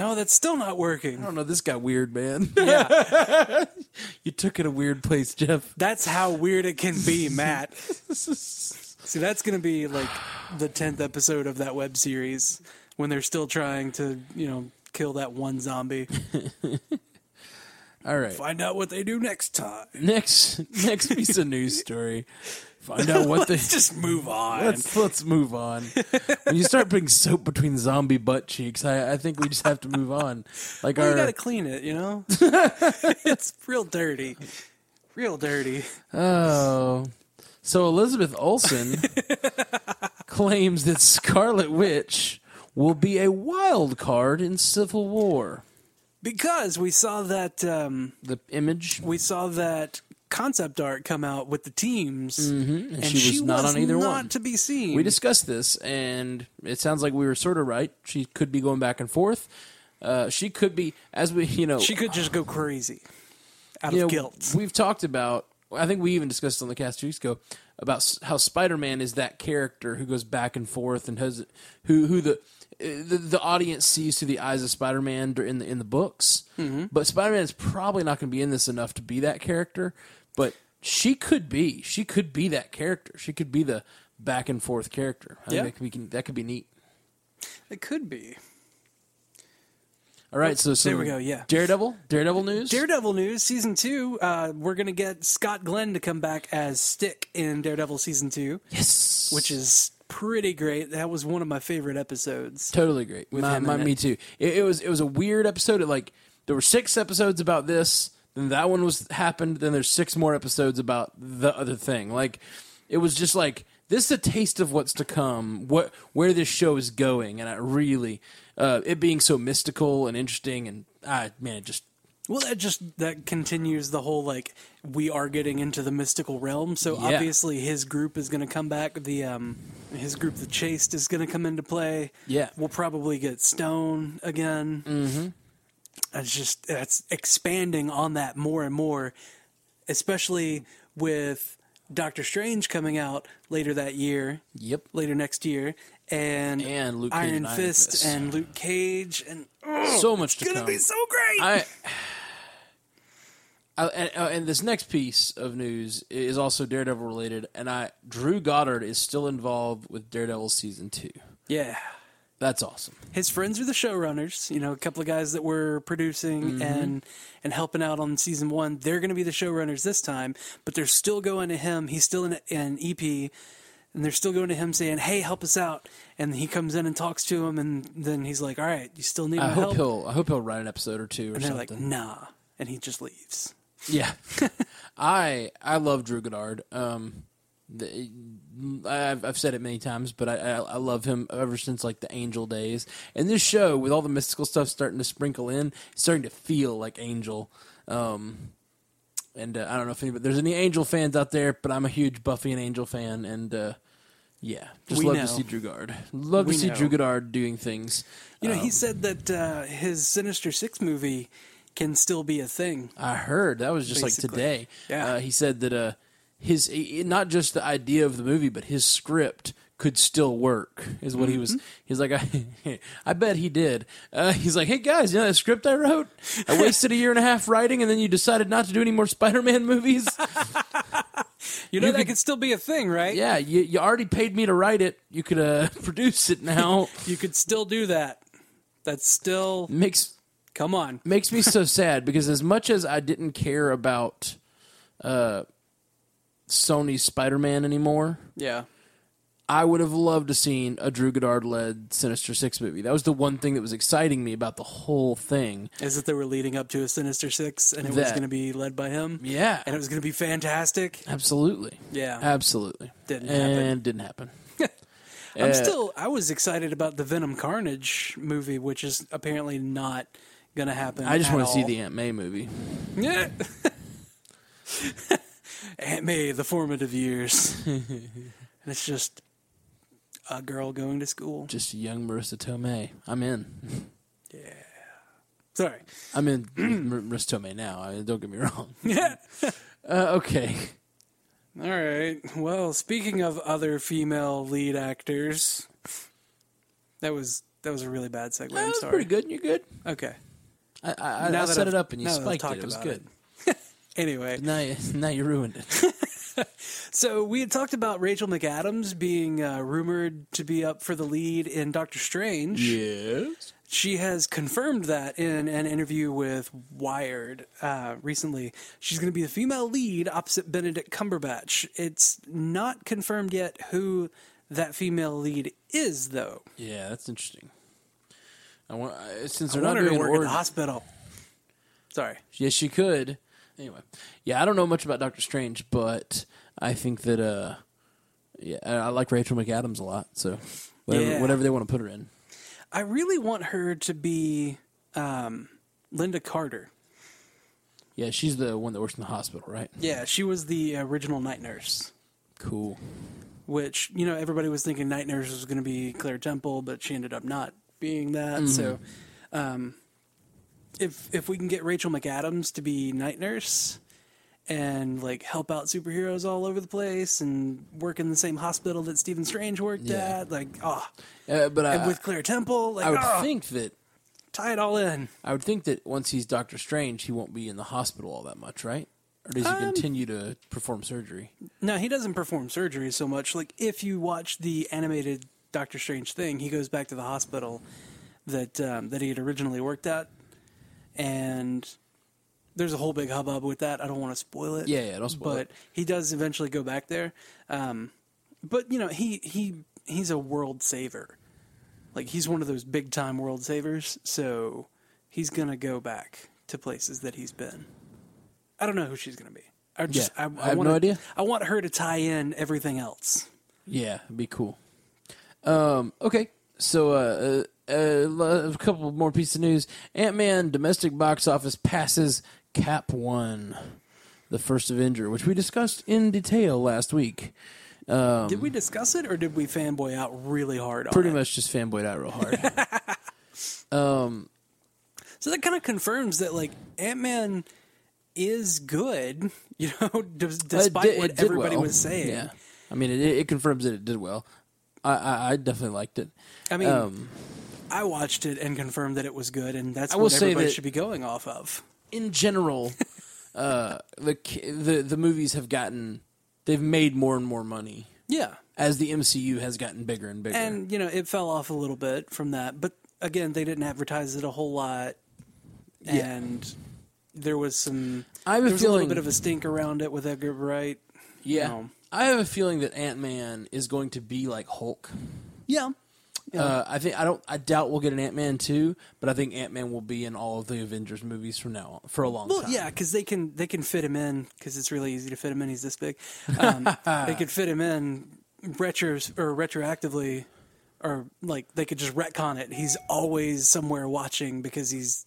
B: No, that's still not
A: i
B: working.
A: don't know this got weird man
B: Yeah.
A: you took it a weird place jeff
B: That's how weird it can be, Matt. See, that's going to be like the 10th episode of that web series when they're still trying to, you know, kill that one zombie.
A: All right.
B: Find out what they do next time.
A: Next next piece of news story. Find out what the
B: Let's just move on.
A: let's let's move on. When you start putting soap between zombie butt cheeks, I, I think we just have to move on. Like
B: Well,
A: our
B: you gotta clean it, you know? it's real dirty. Real dirty.
A: Oh. So Elizabeth Olsen claims that Scarlet Witch will be a wild card in Civil War.
B: Because we saw that um,
A: The image
B: we saw that concept art come out with the teams and,
A: Mm-hmm. she was not on either
B: not
A: one.
B: to be seen.
A: we discussed this, and it sounds like we were sort of right. She could be going back and forth. Uh, she could be, as we, you know,
B: she could just go crazy out
A: you know,
B: of guilt.
A: We've talked about. I think we even discussed on the cast two weeks ago about s- how Spider-Man is that character who goes back and forth and has who who the uh, the, the audience sees through the eyes of Spider-Man dur- in the in the books.
B: Mm-hmm.
A: But Spider-Man is probably not going to be in this enough to be that character. But she could be. She could be that character. She could be the back and forth character. I
B: Yeah.
A: think that could be that could be neat.
B: It could be.
A: All right, so, so
B: There we go, yeah.
A: Daredevil, Daredevil news.
B: Daredevil news season two. Uh, we're gonna get Scott Glenn to come back as Stick in Daredevil season two,
A: yes,
B: which is pretty great. That was one of my favorite episodes.
A: Totally great. my,
B: him
A: my,
B: in it.
A: me too. It, it was it was a weird episode. It, like there were six episodes about this. Then that one was happened. Then there's six more episodes about the other thing. Like it was just like this is a taste of what's to come. What where this show is going, and I really uh, it being so mystical and interesting. And I man, it just
B: Well, that just that continues the whole like we are getting into the mystical realm. So
A: Yeah.
B: obviously his group is going to come back. The um his group, the Chased, is going to come into play.
A: Yeah.
B: we'll probably get Stone again. Mm-hmm. It's just that's expanding on that more and more, especially with Doctor Strange coming out later that year,
A: yep.
B: later next year, and
A: And Luke Cage
B: Iron,
A: and Iron
B: Fist
A: Fist.
B: and Luke Cage, and oh,
A: so much
B: it's
A: to
B: going to
A: come.
B: be so great.
A: I, I and, uh, and this next piece of news is also Daredevil related, and I Drew Goddard is still involved with Daredevil season two.
B: yeah.
A: That's awesome.
B: his friends are the showrunners. You know, a couple of guys that were producing
A: Mm-hmm.
B: and and helping out on season one. They're going to be the showrunners this time, but they're still going to him. He's still in an EP, and they're still going to him saying, "Hey, help us out." And he comes in and talks to him, and then he's like, "All right, you still need
A: I
B: my
A: hope
B: help."
A: he'll I hope he'll write an episode or two or
B: and they're
A: something.
B: like, "Nah," and he just leaves.
A: Yeah, I I love Drew Goddard. Um, the, I've I've said it many times, but I, I I love him ever since like the Angel days. And this show with all the mystical stuff starting to sprinkle in, it's starting to feel like Angel. Um, and uh, I don't know if anybody, there's any Angel fans out there, but I'm a huge Buffy and Angel fan, and uh, yeah, just
B: We
A: love
B: know.
A: to see Drew Goddard. Love
B: We
A: to see Drew
B: know.
A: Goddard doing things.
B: You
A: Um,
B: know, he said that uh, his Sinister Six movie can still be a thing.
A: I heard that was just
B: Basically.
A: like today.
B: Yeah.
A: Uh, he said that uh, his i- i- not just the idea of the movie, but his script could still work. Is what he was.
B: Mm-hmm.
A: He's like, I, I bet he did. Uh, he's like, hey guys, you know that script I wrote? I wasted a year and a half writing, and then you decided not to do any more Spider-Man movies.
B: You know,
A: You
B: that
A: could-
B: could still be a thing, right?
A: yeah, you, you already paid me to write it. You could uh, produce it now.
B: You could still do that. That's still
A: Makes
B: come on.
A: makes me so sad because as much as I didn't care about uh, Sony's Spider-Man anymore.
B: Yeah.
A: I would have loved to seen a Drew Goddard led Sinister Six movie. That was the one thing that was exciting me about the whole thing.
B: Is that they were leading up to a Sinister Six and it was
A: That-
B: going to be led by him?
A: Yeah,
B: And it was going to be fantastic?
A: absolutely.
B: Yeah.
A: absolutely.
B: Didn't
A: and
B: happen.
A: didn't happen.
B: I'm
A: Uh,
B: still, I was excited about the Venom Carnage movie, which is apparently not going to happen.
A: I just
B: at
A: want to see
B: all.
A: the Aunt May movie.
B: Yeah. Aunt May, the formative years. and it's just a girl going to school.
A: Just young Marissa Tomei. I'm in.
B: Sorry.
A: I'm in Mar- Marissa Tomei now. I, don't get me wrong.
B: Yeah.
A: Uh, okay.
B: All right. Well, speaking of other female lead actors, that was that was a really bad segue.
A: That
B: I'm
A: was
B: sorry.
A: pretty good. You're good.
B: Okay.
A: I, I,
B: Now
A: I
B: that
A: set
B: I've-
A: it up and you
B: now that I've
A: spiked
B: talked
A: it. It was
B: about
A: good.
B: Anyway,
A: Now, you, now you ruined it.
B: so we had talked about Rachel McAdams being uh, rumored to be up for the lead in Doctor Strange.
A: yes.
B: She has confirmed that in an interview with Wired uh, recently. She's going to be the female lead opposite Benedict Cumberbatch. It's not confirmed yet who that female lead is, though.
A: Yeah, that's interesting. I want, I- since
B: I
A: they're not
B: want her to
A: doing
B: work
A: origin,
B: at the hospital. Sorry.
A: yes, she could. Anyway, yeah, I don't know much about Doctor Strange, but I think that uh, yeah, I, I like Rachel McAdams a lot. So whatever,
B: Yeah.
A: whatever they want to put her in,
B: I really want her to be um, Linda Carter.
A: yeah, she's the one that works in the hospital, right?
B: Yeah, she was the original night nurse.
A: Cool.
B: which you know everybody was thinking Night Nurse was going to be Claire Temple, but she ended up not being that.
A: Mm-hmm.
B: So, um, if if we can get Rachel McAdams to be Night Nurse and like help out superheroes all over the place and work in the same hospital that Stephen Strange worked
A: Yeah.
B: at, like ah,
A: Uh, but I,
B: and with Claire Temple,
A: I
B: like
A: would
B: ah,
A: think that
B: tie it all in.
A: I would think that once he's Doctor Strange, he won't be in the hospital all that much, right? Or does he
B: Um,
A: continue to perform surgery?
B: No, he doesn't perform surgery so much. Like if you watch the animated Doctor Strange thing, he goes back to the hospital that um, that he had originally worked at, and there's a whole big hubbub with that. I don't want to spoil it.
A: Yeah, yeah, don't spoil
B: but
A: it.
B: he does eventually go back there. Um, but you know, he he he's a world saver. Like he's one of those big time world savers, so he's gonna go back to places that he's been. I don't know who she's gonna be. I just
A: Yeah,
B: I,
A: I have
B: wanna,
A: no idea.
B: I want her to tie in everything else.
A: Yeah, it'd be cool. Um, okay, so uh, uh, uh, lo- a couple more pieces of news: Ant Man domestic box office passes Cap One, the first Avenger, which we discussed in detail last week.
B: did we discuss it or did we fanboy out really hard?
A: Um, Pretty
B: on it?
A: much just fanboyed out real hard.
B: So that kind of confirms that like Ant Man is good, you know, d- despite
A: It did-
B: what
A: it did
B: everybody
A: well.
B: was saying.
A: Yeah, I mean, it, it confirms that it did well. I, I, I definitely liked it.
B: I mean,
A: Um,
B: I watched it and confirmed that it was good, and that's
A: I will
B: what
A: say
B: everybody
A: that-
B: should be going off of.
A: in general, uh, the ki- the the movies have gotten they've made more and more money
B: Yeah,
A: as the MCU has gotten bigger and bigger.
B: and you know, it fell off a little bit from that, but again, they didn't advertise it a whole lot, and there was some.
A: I have
B: there
A: a
B: was a
A: feeling,
B: little bit of a stink around it with Edgar Wright.
A: yeah,
B: no.
A: I have a feeling that Ant Man is going to be like Hulk.
B: Yeah,
A: Uh, I think I don't. I doubt we'll get an Ant Man two, but I think Ant Man will be in all of the Avengers movies from now on, for a long
B: Well,
A: time.
B: yeah, because they can they can fit him in because it's really easy to fit him in. He's this big. Um, they could fit him in retros or retroactively, or like they could just retcon it. He's always somewhere watching because he's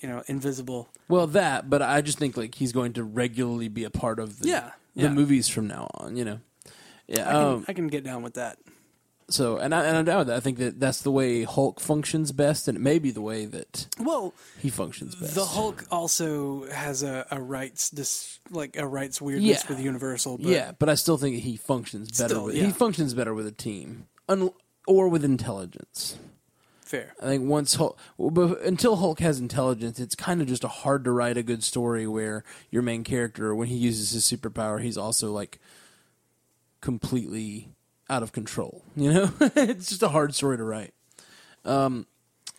B: you know invisible.
A: Well, that, but I just think like he's going to regularly be a part of the
B: Yeah,
A: the
B: yeah.
A: movies from now on. You know, yeah.
B: I can,
A: um,
B: I can get down with that.
A: so, and I and I doubt that. I think that that's the way Hulk functions best, and it may be the way that
B: Well,
A: he functions best.
B: the Hulk also has a, a rights dis, like a rights weirdness
A: Yeah.
B: with Universal. But
A: yeah, but I still think he functions better.
B: Still,
A: with,
B: yeah.
A: He functions better with a team, un- or with intelligence.
B: fair.
A: I think once Hulk, well, but until Hulk has intelligence, it's kind of just a hard to write a good story where your main character, when he uses his superpower, he's also like completely out of control. You know, it's just a hard story to write. Um,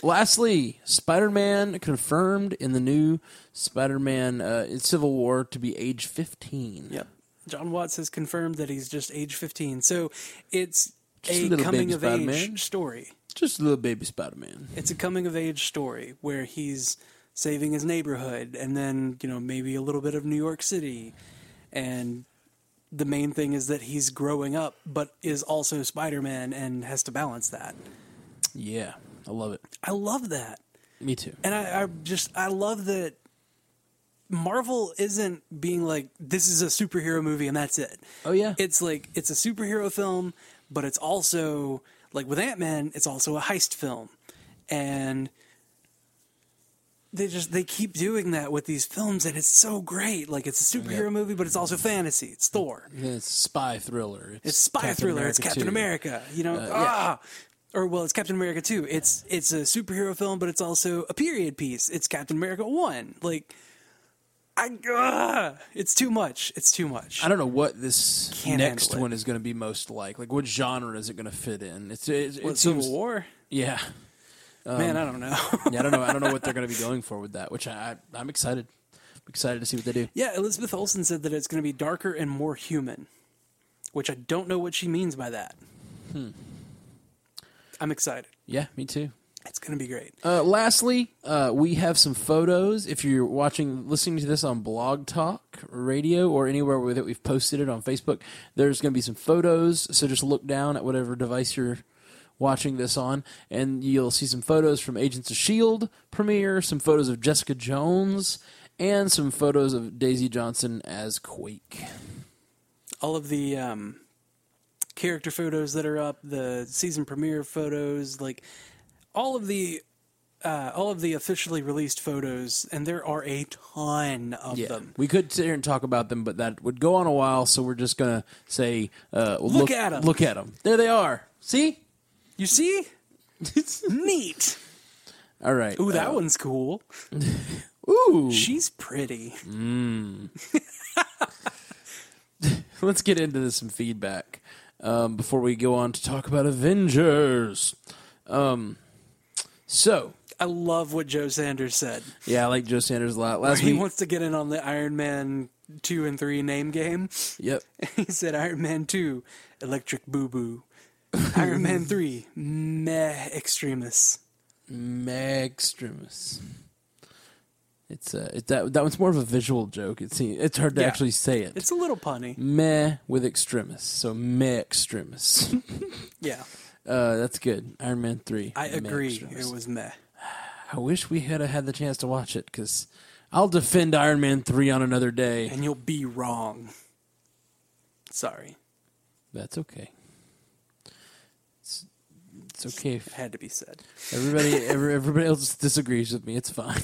A: lastly, Spider-Man confirmed in the new Spider-Man uh, in Civil War to be age fifteen.
B: Yep. John Watts has confirmed that he's just age 15. So it's
A: Just a
B: a
A: little
B: coming
A: baby
B: of age
A: Spider-Man.
B: story.
A: just a little baby Spider-Man.
B: it's a coming of age story where he's saving his neighborhood and then you know maybe a little bit of new york city and the main thing is that he's growing up but is also spider-man and has to balance that
A: Yeah, I love it.
B: i love that
A: Me too.
B: and i, I just i love that marvel isn't being like this is a superhero movie and that's it
A: Oh yeah,
B: it's like it's a superhero film, but it's also like with Ant Man, it's also a heist film, and they just they keep doing that with these films, and it's so great. Like it's a superhero movie, but it's also fantasy. It's Thor.
A: Yeah, Oh, it's spy thriller.
B: It's spy
A: Captain Uh,
B: thriller. it's Captain
A: 2.
B: America. You know, ah. Or well, it's Captain America two. It's it's a superhero film, but it's also a period piece. It's Captain America one. Like, I ah, it's too much. It's too much.
A: I don't know what this
B: Can't
A: next
B: handle it.
A: one is going to be most like. Like, what genre is it going to fit in? It's, it's it
B: What,
A: seems um,
B: Civil War.
A: yeah.
B: Man, I don't know.
A: Yeah, I don't know. I don't know what they're going to be going for with that, which I, I I'm excited. I'm excited to see what they do.
B: yeah, Elizabeth Olsen said that it's going to be darker and more human, which I don't know what she means by that. I'm excited.
A: Yeah, me too.
B: It's going to be great.
A: Uh, lastly, uh, we have some photos. If you're watching, listening to this on Blog Talk Radio or anywhere where that we've posted it on Facebook, there's going to be some photos. So just look down at whatever device you're watching this on, and you'll see some photos from Agents of Shield E premiere, some photos of Jessica Jones, and some photos of Daisy Johnson as Quake.
B: all of the um, character photos that are up, the season premiere photos, like all of the uh, all of the officially released photos, and there are a ton of them.
A: We could sit here and talk about them, but that would go on a while. So we're just gonna say, uh, look,
B: at 'em.
A: Look at them. There they are. See.
B: You see, neat.
A: All right. uh,
B: Ooh, that one's cool.
A: Ooh.
B: She's pretty.
A: Let's get into this some feedback um, before we go on to talk about Avengers. Um, so
B: I love what Joe Sanders said.
A: yeah, I like Joe Sanders a lot. Last
B: He
A: week,
B: wants to get in on the Iron Man two and three name game.
A: yep.
B: He said Iron Man 2, Electric Boo Boo. Iron Man 3, Meh Extremis.
A: Extremis. It's uh, it, that that one's more of a visual joke. It's it's hard to
B: Yeah.
A: actually say it.
B: It's a little punny.
A: meh with extremis, so meh extremis.
B: Yeah,
A: Uh, that's good. Iron Man three.
B: I
A: Meh
B: agree.
A: Extremis.
B: It was meh.
A: I wish we had had the chance to watch it because I'll defend Iron Man three on another day.
B: And you'll be wrong. Sorry.
A: That's okay. It's, it's okay.
B: It
A: If
B: had to be said.
A: everybody, every, everybody else disagrees with me. It's fine.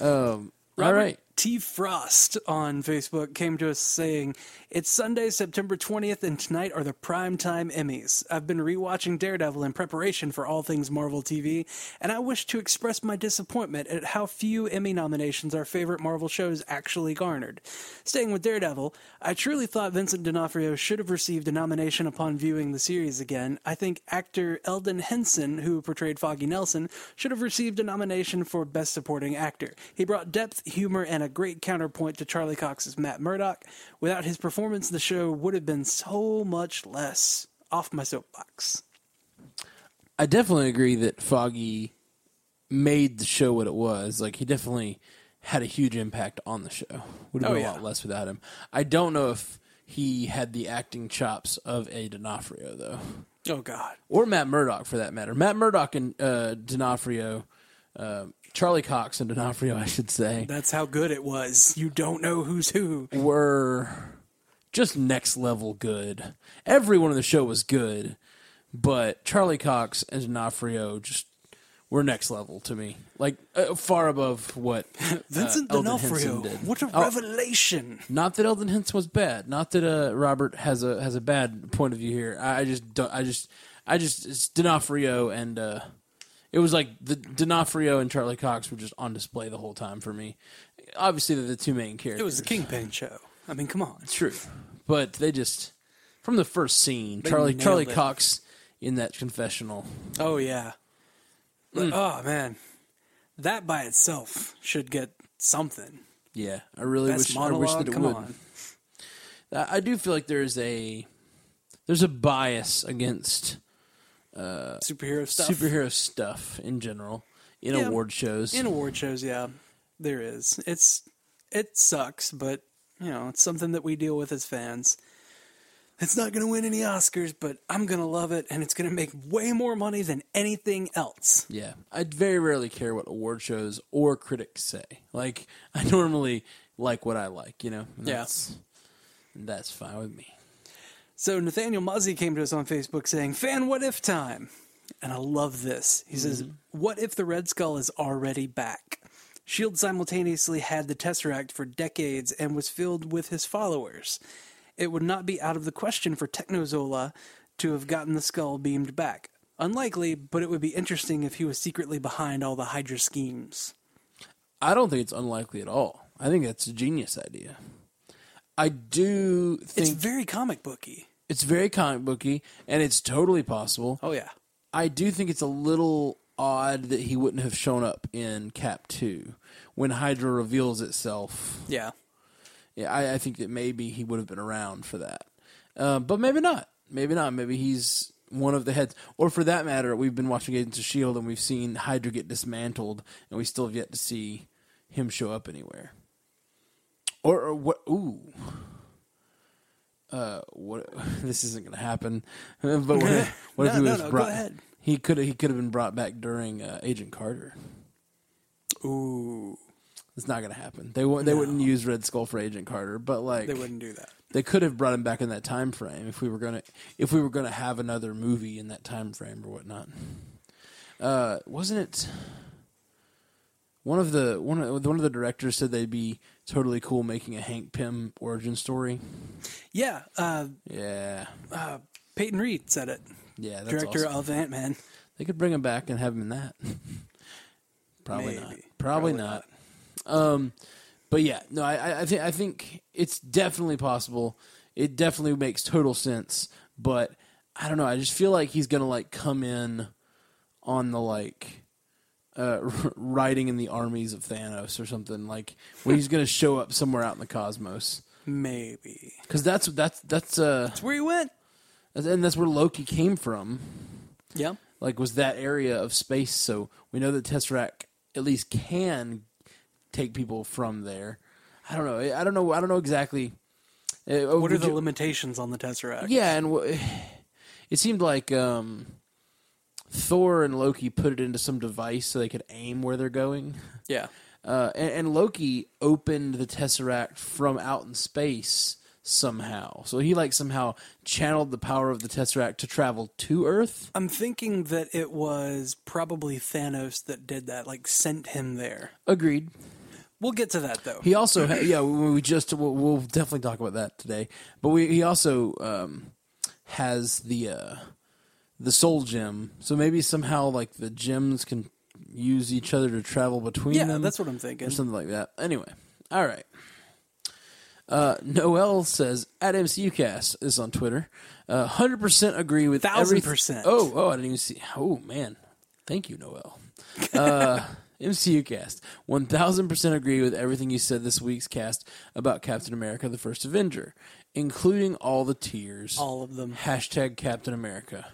A: um, all
B: Robert
A: right.
B: T. Frost on Facebook came to us saying, It's Sunday, September 20th, and tonight are the primetime Emmys. I've been rewatching Daredevil in preparation for all things Marvel TV, and I wish to express my disappointment at how few Emmy nominations our favorite Marvel shows actually garnered. Staying with Daredevil, I truly thought Vincent D'Onofrio should have received a nomination upon viewing the series again. I think actor Eldon Henson, who portrayed Foggy Nelson, should have received a nomination for Best Supporting Actor. He brought depth, humor, and a great counterpoint to Charlie Cox's Matt Murdock. Without his performance, the show would have been so much less. Off my soapbox.
A: I definitely agree that Foggy made the show what it was. Like he definitely had a huge impact on the show. Would have
B: Oh,
A: been a
B: yeah.
A: lot less without him. I don't know if he had the acting chops of a D'Onofrio though,
B: Oh, God.
A: or Matt Murdock for that matter. Matt Murdock and uh, D'Onofrio, uh, Charlie Cox and D'Onofrio, I should say,
B: That's how good it was. You don't know who's who.
A: Uh, were just next level good. Everyone on the show was good, but Charlie Cox and D'Onofrio just were next level to me. Like uh, far above what uh,
B: Vincent
A: Eldon
B: D'Onofrio.
A: Henson did. Oh.
B: What a revelation.
A: Not that Eldon Henson was bad. Not that uh, Robert has a has a bad point of view here. I, I just don't. I just I just it's D'Onofrio and uh, it was like the D'Onofrio and Charlie Cox were just on display the whole time for me. Obviously, they're the two main characters.
B: It was the Kingpin show. I mean, come on.
A: True, but they just from the first scene, Charlie
B: nailed
A: Charlie
B: it.
A: Cox in that confessional.
B: Oh yeah.
A: Hmm.
B: Oh man, that by itself should get something.
A: Yeah, I really
B: Best
A: wish
B: monologue.
A: I wish that it
B: come
A: would.
B: on.
A: I I do feel like there's a there's a bias against
B: Superhero stuff.
A: Uh, superhero stuff in general in
B: Yeah.
A: award shows.
B: In award shows, yeah, there is. It's it sucks, but you know it's something that we deal with as fans. It's not going to win any Oscars, but I'm going to love it, and it's going to make way more money than anything else.
A: Yeah, I very rarely care what award shows or critics say. Like I normally like what I like, you know. And
B: Yeah.
A: that's, that's fine with me.
B: So Nathaniel Muzzy came to us on Facebook saying, "Fan, what if time?" And I love this. He says, "What if the Red Skull is already back?" Shield E simultaneously had the Tesseract for decades and was filled with his followers. It would not be out of the question for Technozola to have gotten the skull beamed back. Unlikely, but it would be interesting if he was secretly behind all the Hydra schemes.
A: I don't think it's unlikely at all. I think that's a genius idea. I do
B: It's
A: think
B: very comic booky.
A: it's very comic booky and it's totally possible.
B: Oh yeah.
A: I do think it's a little odd that he wouldn't have shown up in Cap Two when Hydra reveals itself.
B: Yeah.
A: Yeah, I, I think that maybe he would have been around for that, uh, but maybe not. Maybe not. Maybe he's one of the heads, or for that matter, we've been watching Agents of Shield E and we've seen Hydra get dismantled, and we still have yet to see him show up anywhere. Or, or what? Ooh. Uh, what? This isn't going to happen. but what, if- what if
B: No,
A: he
B: no,
A: was
B: no, go
A: brought?
B: ahead.
A: He could he could have been brought back during uh, Agent Carter.
B: Ooh.
A: It's not going to happen. They won't. They wouldn't use Red Skull for Agent Carter, but like
B: They wouldn't do that.
A: they could have brought him back in that time frame if we were gonna if we were gonna have another movie in that time frame or whatnot. Uh, wasn't it one of the one of, one of the directors said they'd be totally cool making a Hank Pym origin story?
B: Yeah. Uh,
A: Yeah,
B: uh, Peyton Reed said it.
A: yeah, that's
B: Director
A: awesome.
B: of Ant Man.
A: They could bring him back and have him in that. Probably not.
B: Maybe.
A: Probably, not. Um, but yeah, no, I- I, I think I think it's definitely possible. It definitely makes total sense. But I don't know. I just feel like he's gonna like come in on the like uh, riding in the armies of Thanos or something. Like when he's gonna show up somewhere out in the cosmos.
B: Maybe.
A: Because that's that's that's uh,
B: That's where he went.
A: and that's where Loki came from.
B: Yeah.
A: like was that area of space. So we know that Tesseract at least can take people from there. I don't know. I I don't know. I don't know exactly. Uh,
B: What are
A: would
B: the
A: you-
B: limitations on the Tesseract?
A: yeah, and w- it seemed like um, Thor and Loki put it into some device so they could aim where they're going.
B: Yeah.
A: Uh, and, and Loki opened the Tesseract from out in space somehow. So he like somehow channeled the power of the Tesseract to travel to Earth.
B: I'm thinking that it was probably Thanos that did that, like sent him there.
A: Agreed.
B: We'll get to that though.
A: He also, ha- yeah, we we just we'll, we'll definitely talk about that today. But we, he also um, has the uh, the soul gem, so maybe somehow like the gems can use each other to travel between
B: yeah,
A: them,
B: that's what I'm thinking.
A: or something like that. Anyway, all right. Uh, Noel says at MCUcast is on Twitter. Uh, Hundred percent agree with
B: Thousand
A: every-
B: percent.
A: Oh, oh, I didn't even see. Oh man, thank you, Noel. Uh, MCU cast. 1000% agree with everything you said this week's cast about Captain America the First Avenger, including all the tears.
B: All of them.
A: Hashtag Captain America.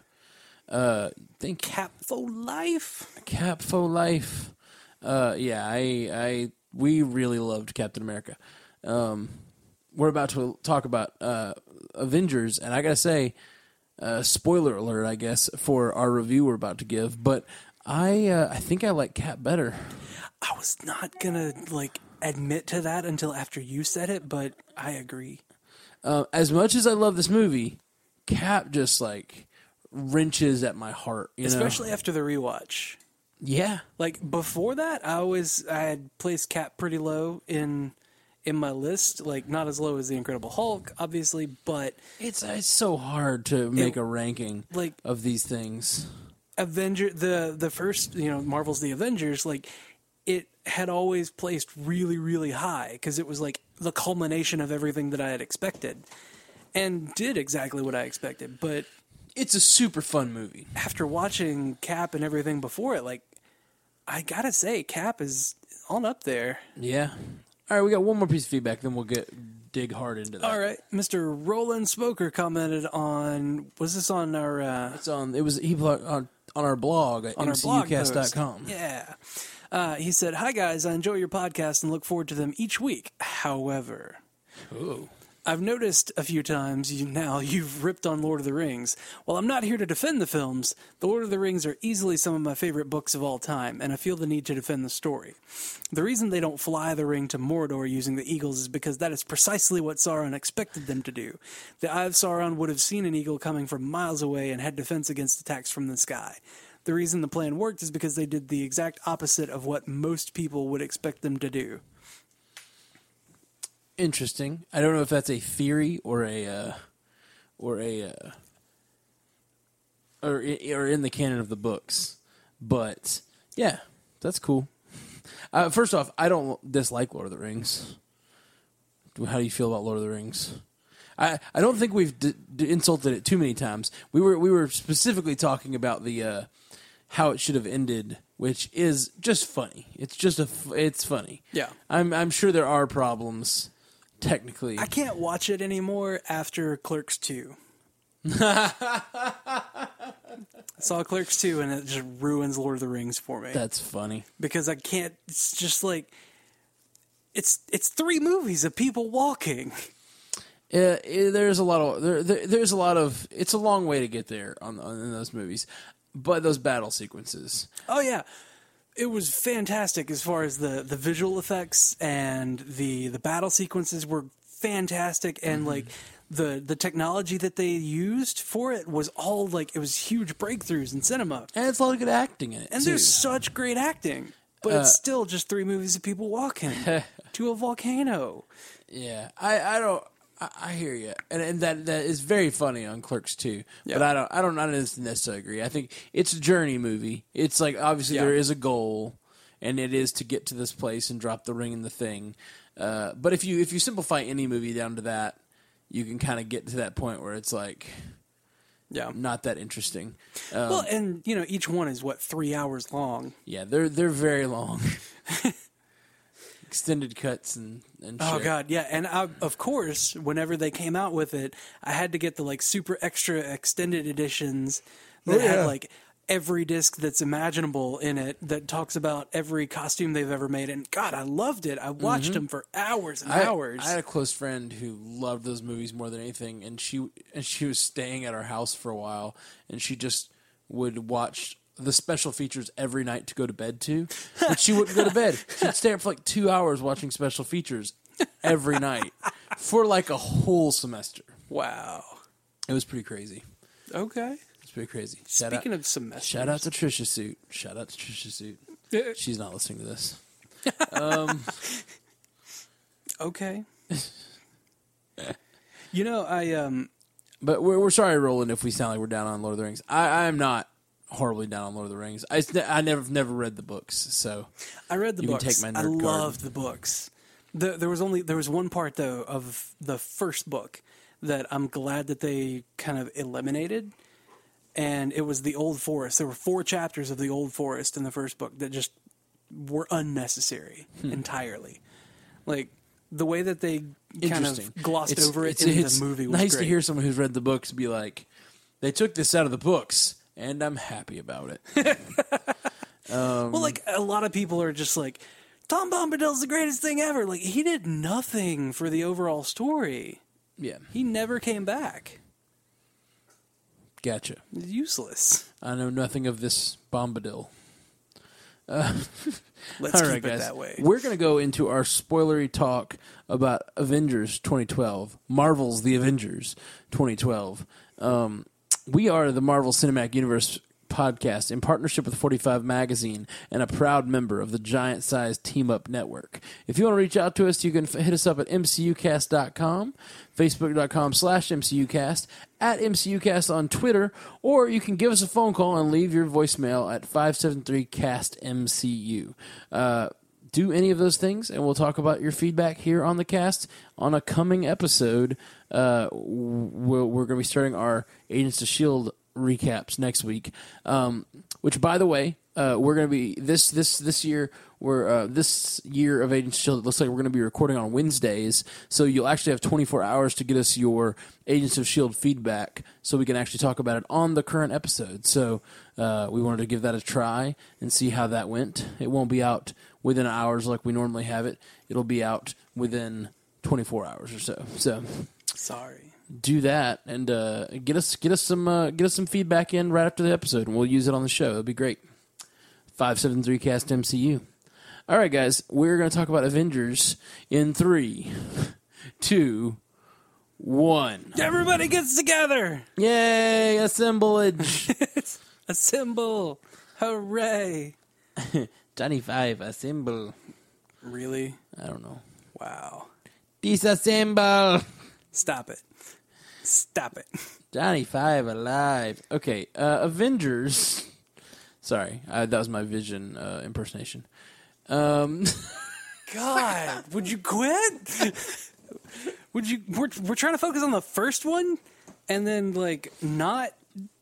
A: Uh, thank you.
B: Cap for life.
A: Cap for life. Uh, yeah, I, I, we really loved Captain America. Um, we're about to talk about uh, Avengers, and I gotta say, uh, spoiler alert, I guess, for our review we're about to give, but I, uh, I think I like Cap better.
B: I was not gonna like admit to that until after you said it, but I agree.
A: Uh, as much as I love this movie, Cap just like wrenches at my heart. You know?
B: Especially after the rewatch.
A: yeah,
B: Like before that, I always I had placed Cap pretty low in in my list, like not as low as the Incredible Hulk, obviously, but
A: it's it's so hard to make a ranking
B: like-
A: of these things.
B: Avenger the the first you know Marvel's The Avengers like it had always placed really really high because it was like the culmination of everything that I had expected and did exactly what I expected but
A: It's a super fun movie.
B: after watching Cap and everything before it like I gotta say Cap is on up there
A: Yeah. All right, we got one more piece of feedback, then we'll get dig hard into that.
B: all right Mr. Roland Smoker commented on was this on our uh,
A: It's on. It was he blog on on our blog at
B: on our blog post.
A: mcucast.com.
B: Yeah. Uh, he said, Hi, guys. I enjoy your podcast and look forward to them each week. However,
A: Ooh.
B: I've noticed a few times you now you've ripped on Lord of the Rings. While I'm not here to defend the films, The Lord of the Rings are easily some of my favorite books of all time, and I feel the need to defend the story. The reason they don't fly the ring to Mordor using the eagles is because that is precisely what Sauron expected them to do. The Eye of Sauron would have seen an eagle coming from miles away and had defense against attacks from the sky. The reason the plan worked is because they did the exact opposite of what most people would expect them to do.
A: Interesting. I don't know if that's a theory or a uh, or a uh, or i- or in the canon of the books, but yeah, that's cool. Uh, first off, I don't dislike Lord of the Rings. How do you feel about Lord of the Rings? I, I don't think we've d- d- insulted it too many times. We were we were specifically talking about the uh, how it should have ended, which is just funny. It's just a f- it's funny.
B: Yeah.
A: I'm I'm sure there are problems technically.
B: I can't watch it anymore after Clerks 2. I saw Clerks 2 and it just ruins Lord of the Rings for me
A: That's funny.
B: because I can't it's just like it's it's three movies of people walking.
A: Yeah, it, there's a lot of there, there, there's a lot of it's a long way to get there on, on in those movies, but those battle sequences.
B: Oh yeah. It was fantastic as far as the the visual effects and the the battle sequences were fantastic and like the the technology that they used for it was all like it was huge breakthroughs in cinema.
A: And it's a lot of good acting in it.
B: And
A: too.
B: there's such great acting, but it's still just three movies of people walking to a volcano.
A: yeah, I, I don't I, I hear you, and and that that is very funny on Clerks too. But I don't I don't I don't necessarily agree. I think it's a journey movie. It's like obviously
B: Yeah.
A: there is a goal, and it is to get to this place and drop the ring and the thing. Uh, but if you if you simplify any movie down to that, you can kind of get to that point where it's like
B: Yeah. um,
A: not that interesting.
B: well, and you know, each one is what three hours long.
A: Yeah, they're they're very long. Extended cuts and and
B: Oh
A: shit.
B: god, yeah. And I, of course, whenever they came out with it, I had to get the like super extra extended editions that
A: yeah.
B: had like every disc that's imaginable in it that talks about every costume they've ever made. And God, I loved it. I watched them for hours and
A: I,
B: hours.
A: I had a close friend who loved those movies more than anything, and she and she was staying at our house for a while, and she just would watch the special features every night to go to bed to, but she wouldn't go to bed. She'd stay up for like two hours watching special features every night for like a whole semester.
B: wow.
A: It was pretty crazy.
B: Okay.
A: It's pretty crazy. Shout
B: Speaking
A: out,
B: of semesters, Uh,
A: shout out to Trisha Suit. Shout out to Trisha Suit.
B: Yeah.
A: She's not listening to this.
B: Okay. you know, I um
A: But we're, we're sorry, Roland, if we sound like we're down on Lord of the Rings. I, I am not horribly down on Lord of the Rings. I, s- I never never read the books, so
B: I read the
A: You can
B: books.
A: take my
B: I
A: nerd card.
B: loved the books. The, there was only there was one part though of the first book that I'm glad that they kind of eliminated, and it was the Old Forest. There were four chapters of the Old Forest in the first book that just were unnecessary
A: Hmm.
B: entirely. Like the way that they kind
A: interesting.
B: of glossed
A: It's-
B: over it
A: it's-
B: in
A: it's
B: the movie was
A: nice
B: great.
A: to hear someone who's read the books be like, they took this out of the books, and I'm happy about it.
B: Well, like a lot of people are just like, Tom Bombadil's the greatest thing ever. Like he did nothing for the overall story.
A: yeah,
B: He never came back.
A: gotcha.
B: He's useless.
A: I know nothing of this Bombadil.
B: Let's
A: All
B: keep
A: right,
B: it
A: guys.
B: that way.
A: We're going to go into our spoilery talk about Avengers 2012, Marvel's The Avengers 2012. Um, we are the Marvel Cinematic Universe podcast in partnership with 45 Magazine and a proud member of the Giant Size Team Up Network. If you want to reach out to us, you can f- hit us up at mcucast.com, facebook.com slash mcucast, at mcucast on Twitter, or you can give us a phone call and leave your voicemail at 573-CAST-MCU. Uh, do any of those things, and we'll talk about your feedback here on the cast on a coming episode. Uh, we're, we're going to be starting our Agents of Shield E recaps next week. Um, which, by the way, uh, we're going to be this this this year. We're uh, this year of Agents of Shield. E It looks like we're going to be recording on Wednesdays, so you'll actually have 24 hours to get us your Agents of Shield E feedback, so we can actually talk about it on the current episode. So uh, we wanted to give that a try and see how that went. It won't be out within hours like we normally have it. It'll be out within 24 hours or so. So
B: Sorry.
A: do that and uh, get us get us some uh, get us some feedback in right after the episode, and we'll use it on the show. It'll be great. Five seven three cast MCU. All right, guys, we're going to talk about Avengers in three, two, one.
B: Everybody gets together.
A: Yay! Assemblage.
B: A symbol. Hooray.
A: Johnny Five. Assemble.
B: Really?
A: I don't know.
B: Wow.
A: Disassemble.
B: Stop it. Stop it.
A: Johnny Five alive. Okay, uh, Avengers. Sorry, uh, that was my Vision uh, impersonation. Um,
B: God, would you quit? would you? We're we're trying to focus on the first one, and then like not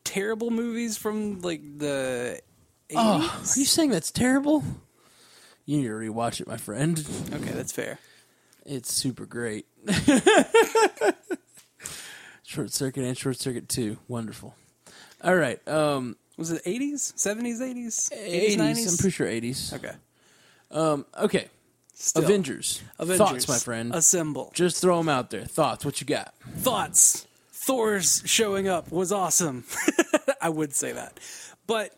B: terrible movies from like the. 80s?
A: Are you saying that's terrible? You need to rewatch it, my friend.
B: okay, that's fair.
A: It's super great. short circuit and short circuit two. Wonderful. All right. Um
B: Was it eighties, seventies, eighties, eighties,
A: 80s, I'm
B: nineties?
A: pretty sure 80s.
B: Okay.
A: Okay.
B: Still.
A: Avengers.
B: Avengers.
A: Thoughts, my friend.
B: Assemble.
A: Just throw them out there. Thoughts. What you got?
B: thoughts. Thor's showing up was awesome. I would say that. But,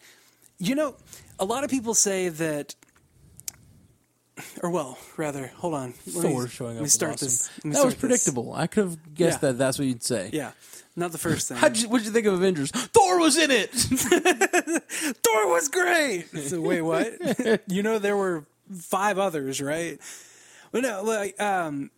B: you know, a lot of people say that, or well, rather, hold on. Let me-
A: Thor showing
B: Let
A: up.
B: me
A: was
B: start
A: awesome.
B: this. let me
A: That was
B: start this.
A: predictable. I could have guessed
B: Yeah.
A: that. That's what you'd say.
B: Yeah. Not the first thing.
A: How'd you, what'd you think of Avengers? Thor was in it.
B: Thor was great. So wait, what? you know there were five others, right? But no, like um,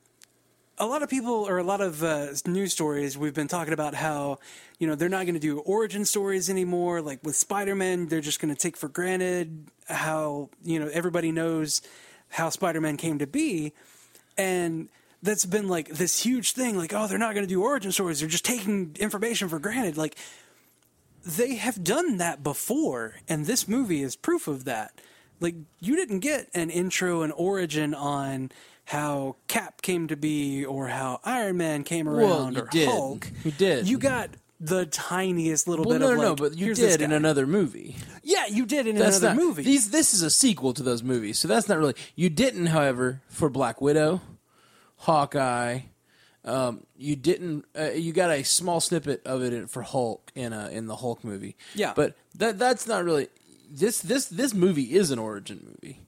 B: a lot of people or a lot of uh, news stories we've been talking about how you know they're not going to do origin stories anymore. Like with Spider Man, they're just going to take for granted how you know everybody knows how Spider Man came to be, and. That's been like this huge thing, like, oh, they're not going to do origin stories. They're just taking information for granted. Like, they have done that before, and this movie is proof of that. Like, you didn't get an intro and origin on how Cap came to be or how Iron Man came
A: Well,
B: around
A: you
B: or
A: did.
B: Hulk.
A: You did.
B: You got the tiniest little
A: well,
B: bit
A: no,
B: of
A: no,
B: like,
A: no. But you
B: here's this
A: did in
B: guy.
A: another movie.
B: yeah, you did in
A: That's
B: another
A: not,
B: movie.
A: These, this is a sequel to those movies, so that's not really. You didn't, however, for Black Widow, Hawkeye. Um, you didn't. Uh, you got a small snippet of it in, for Hulk in uh, in the Hulk movie.
B: Yeah.
A: but that that's not really. This this this movie is an origin movie.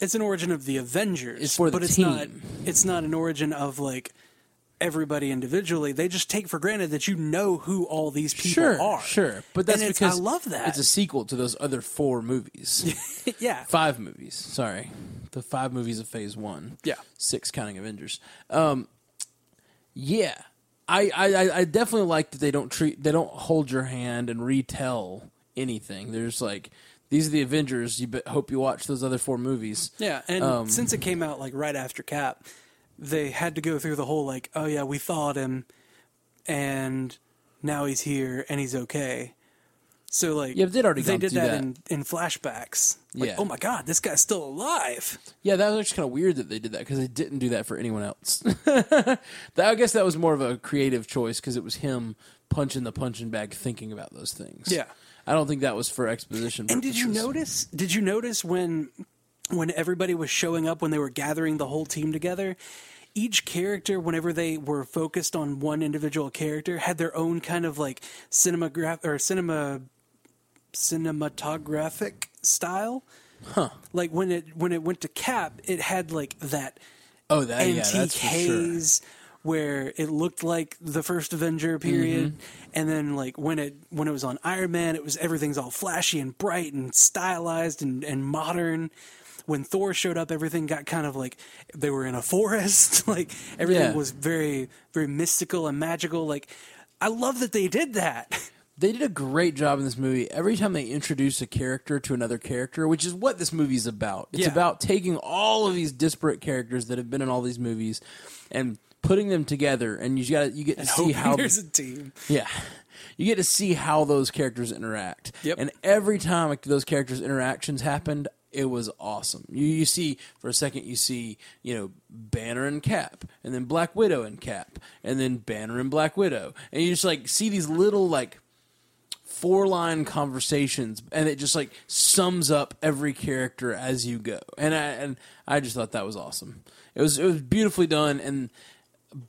B: it's an origin of the Avengers,
A: It's for the
B: but it's
A: team.
B: not. It's not an origin of like everybody individually. They just take for granted that you know who all these people
A: Sure,
B: are.
A: sure, but that's
B: And it's-
A: because
B: I love that.
A: it's a sequel to those other four movies,
B: yeah,
A: five movies. Sorry, the five movies of Phase One.
B: Yeah.
A: six counting Avengers. Um, yeah, I, I I- I definitely like that they don't treat they don't hold your hand and retell anything. There's like these are the Avengers. You bet, hope you watch those other four movies.
B: Yeah, and
A: Um,
B: since it came out like right after Cap, they had to go through the whole like, oh yeah, we thawed him, and now he's here and he's okay. So like,
A: Yeah, but they'd already
B: they
A: gone
B: did
A: through
B: that,
A: that.
B: in in flashbacks. Like,
A: Yeah.
B: oh my god, this guy's still alive.
A: Yeah, that was just kind of weird that they did that because they didn't do that for anyone else. that, I guess that was more of a creative choice because it was him punching the punching bag, thinking about those things.
B: Yeah.
A: I don't think that was for exposition.
B: And did you
A: purposes.
B: notice? Did you notice when when everybody was showing up when they were gathering the whole team together? Each character, whenever they were focused on one individual character, had their own kind of like cinematograph or cinema cinematographic style. Huh. Like when it when it went to Cap, it had like that
A: Oh, that yeah,
B: antique
A: that's for sure.
B: haze where it looked like the first Avenger period,
A: Mm-hmm.
B: and then like when it when it was on Iron Man, it was everything's all flashy and bright and stylized and, and modern. When Thor showed up, everything got kind of like they were in a forest. like everything
A: Yeah.
B: was very very mystical and magical. Like I love that they did that.
A: they did a great job in this movie. Every time they introduce a character to another character, which is what this movie's about. It's
B: Yeah.
A: about taking all of these disparate characters that have been in all these movies and putting them together and you got you get to see
B: Hoping
A: how
B: there's a team.
A: yeah. You get to see how those characters interact.
B: Yep.
A: And every time like, those characters' interactions happened, it was awesome. You you see for a second you see, you know, Banner and Cap, and then Black Widow and Cap, and then Banner and Black Widow. And you just like see these little like four line conversations and it just like sums up every character as you go and i and i just thought that was awesome it was it was beautifully done and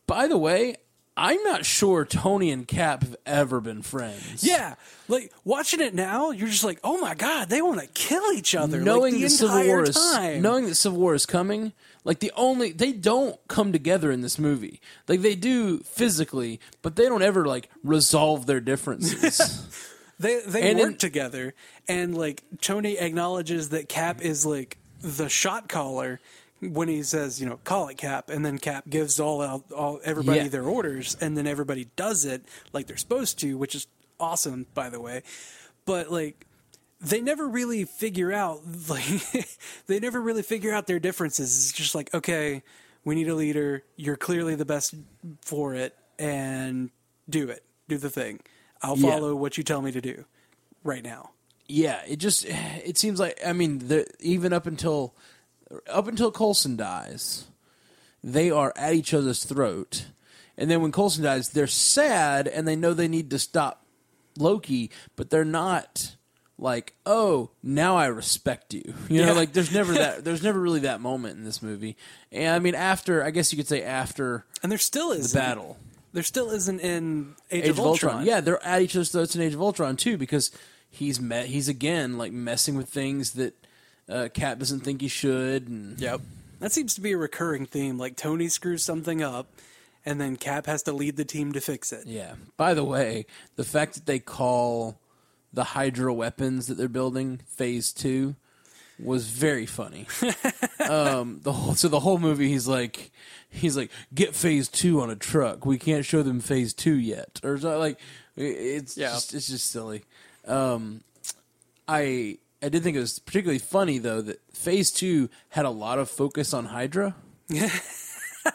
A: by the way i'm not sure tony and cap have ever been friends
B: Yeah, like watching it now, you're just like, oh my god, they want to kill each other. like,
A: knowing
B: the
A: that civil
B: entire
A: war is
B: time.
A: knowing that civil war is coming like the only they don't come together in this movie like they do physically but they don't ever like resolve their differences
B: They they
A: And
B: work
A: in-
B: together, and like Tony acknowledges that Cap is like the shot caller when he says, you know, call it Cap, and then Cap gives all out all everybody
A: Yeah.
B: their orders, and then everybody does it like they're supposed to, which is awesome, by the way. But like. They never really figure out like they never really figure out their differences. It's just like, okay, we need a leader. You're clearly the best for it, and do it. Do the thing. I'll
A: Yeah.
B: follow what you tell me to do right now.
A: yeah, it just it seems like I mean, the, even up until up until Colson dies, they are at each other's throat, and then when Colson dies, they're sad and they know they need to stop Loki, but they're not like, oh, now I respect you. You know,
B: Yeah.
A: like there's never that there's never really that moment in this movie. And I mean, after I guess you could say after
B: And there still is
A: the battle.
B: There still isn't in Age,
A: Age
B: of Ultron.
A: Yeah, they're at each other's throats in Age of Ultron too, because he's met he's again like messing with things that uh, Cap doesn't think he should, and
B: Yep. That seems to be a recurring theme. Like Tony screws something up, and then Cap has to lead the team to fix it.
A: yeah. By the way, the fact that they call the Hydra weapons that they're building Phase Two was very funny. um, the whole so the whole movie he's like he's like get Phase Two on a truck. We can't show them Phase Two yet, or so, like it- it's
B: Yeah.
A: just it's just silly. I I did think it was particularly funny though that Phase Two had a lot of focus on Hydra,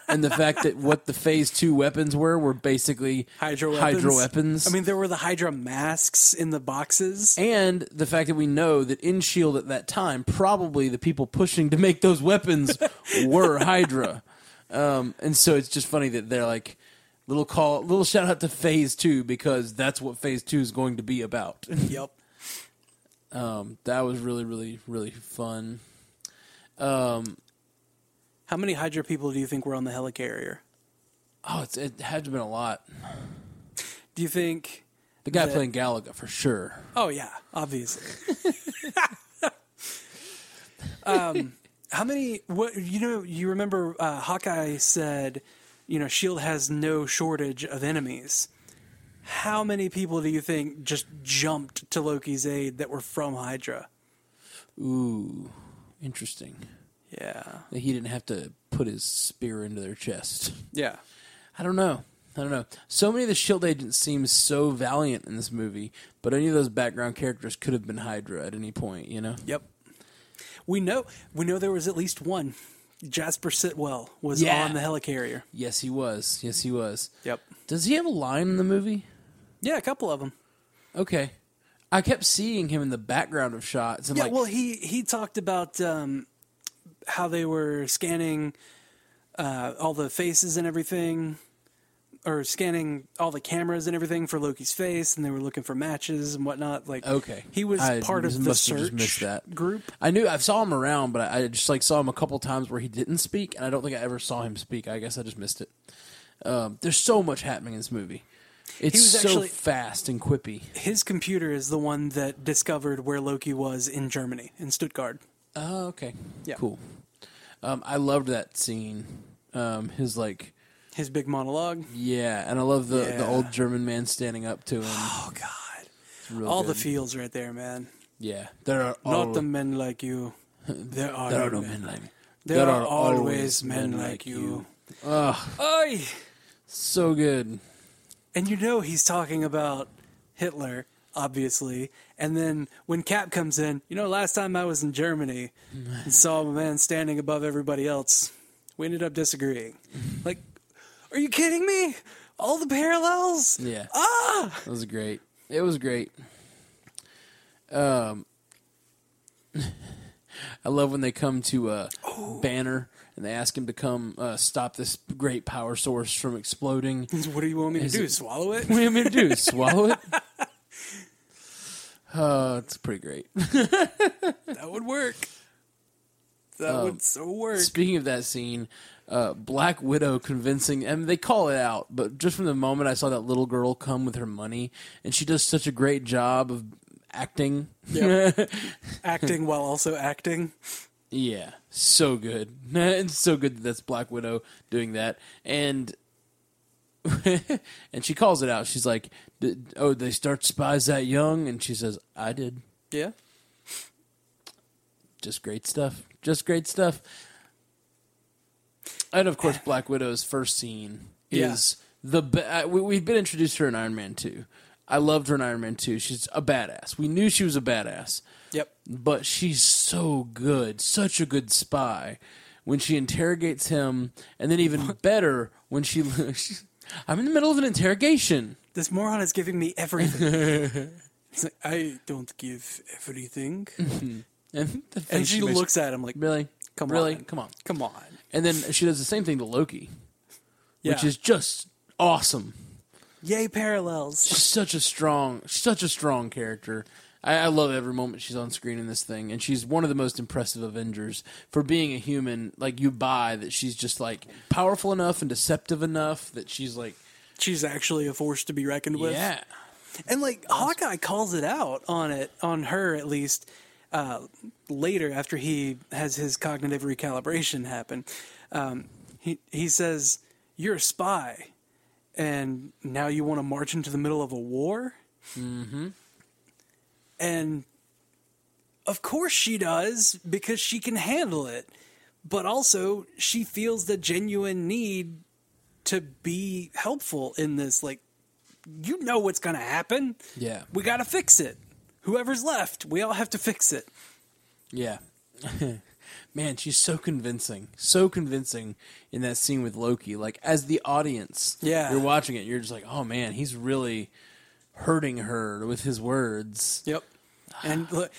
A: and the fact that what the Phase Two weapons were were basically
B: Hydro weapons.
A: Hydra weapons.
B: I mean, there were the Hydra masks in the boxes.
A: and the fact that we know that in Shield E at that time, probably the people pushing to make those weapons were Hydra, um, and so it's just funny that they're like. Little call, little shout out to Phase Two because that's what Phase Two is going to be about.
B: yep.
A: Um, that was really, really, really fun.
B: How many Hydra people do you think were on the helicarrier?
A: Oh, it's, it had to have been a lot.
B: Do you think?
A: The guy
B: that-
A: playing Galaga for sure.
B: Oh yeah, obviously. um, Um, how many? What you know? You remember uh, Hawkeye said, you know, Shield E has no shortage of enemies. How many people do you think just jumped to Loki's aid that were from Hydra?
A: Ooh, interesting.
B: Yeah,
A: That he didn't have to put his spear into their chest.
B: yeah,
A: I don't know. I don't know. So many of the Shield agents seem so valiant in this movie, but any of those background characters could have been Hydra at any point. You know?
B: yep. We know. We know there was at least one. Jasper Sitwell was
A: Yeah.
B: on the helicarrier.
A: Yes, he was. Yes, he was.
B: Yep.
A: Does he have a line in the movie?
B: Yeah, a couple of them.
A: Okay. I kept seeing him in the background of shots. And
B: Yeah,
A: like,
B: well, he he talked about um, how they were scanning uh, all the faces and everything, or scanning all the cameras and everything for Loki's face, and they were looking for matches and whatnot. Like,
A: Okay.
B: he was
A: I
B: part of
A: just
B: the
A: must have just
B: search
A: missed that.
B: group.
A: I knew I saw him around, but I, I just like saw him a couple times where he didn't speak, and I don't think I ever saw him speak. I guess I just missed it. Um, there's so much happening in this movie. It's
B: was
A: so
B: actually-
A: fast and quippy.
B: His computer is the one that discovered where Loki was in Germany in Stuttgart.
A: Oh, okay,
B: Yeah.
A: cool. Um, I loved that scene. Um, his like,
B: His big monologue.
A: yeah, and I love the the
B: Yeah.
A: old German man standing up to him.
B: Oh God,
A: It's real
B: all the
A: good.
B: feels right there, man.
A: yeah, there are all,
B: Not the men like you. There are
A: there are
B: no
A: no
B: men.
A: men like
B: There, are, always men, like you. Oi!
A: So good.
B: And you know he's talking about Hitler, obviously. And then when Cap comes in, you know, last time I was in Germany and saw a man standing above everybody else, we ended up disagreeing. Like, are you kidding me? All the parallels?
A: Yeah.
B: Ah!
A: That was great. It was great. Um, I love when they come to uh, Banner and they ask him to come uh, stop this great power source from exploding.
B: What do you want me to do? swallow it?
A: What do you want me to do? Swallow it? Uh, it's pretty great.
B: That would work. That would so work.
A: Speaking of that scene, uh, Black Widow convincing, and they call it out, but just from the moment I saw that little girl come with her money, and she does such a great job of acting.
B: acting while also acting.
A: Yeah, so good. it's so good that that's Black Widow doing that, and and she calls it out. She's like, D- "Oh, they start spies that young," and she says, "I did."
B: Yeah.
A: Just great stuff. Just great stuff. And of course, Black Widow's first scene
B: Yeah.
A: is the be- uh, we, we've been introduced to her in Iron Man two. I loved her in Iron Man two. She's a badass. We knew she was a badass.
B: Yep.
A: but she's so good, such a good spy. when she interrogates him, and then even better when she. I'm in the middle of an interrogation.
B: This moron is giving me everything. it's like, I don't give everything.
A: And, the face
B: And she
A: makes-
B: looks at him like,
A: Really?
B: Come
A: really?
B: on.
A: Come on.
B: come on.
A: And then she does the same thing to Loki, which
B: Yeah.
A: is just awesome.
B: Yay, parallels.
A: She's such a strong, such a strong character. I, I love every moment she's on screen in this thing, and she's one of the most impressive Avengers for being a human. Like you buy that she's just like powerful enough and deceptive enough that she's like,
B: She's actually a force to be reckoned with.
A: yeah,
B: And like Hawkeye calls it out on it on her at least uh, later after he has his cognitive recalibration happen. Um, he he says you're a spy, and now you want to march into the middle of a war. Mm-hmm. And of course she does because she can handle it, but also she feels the genuine need to be helpful in this like you know what's going to happen.
A: Yeah.
B: We got to fix it. Whoever's left, we all have to fix it.
A: yeah. Man, she's so convincing, so convincing in that scene with Loki. Like as the audience,
B: Yeah.
A: you're watching it, you're just like, oh man, he's really hurting her with his words.
B: Yep. And look,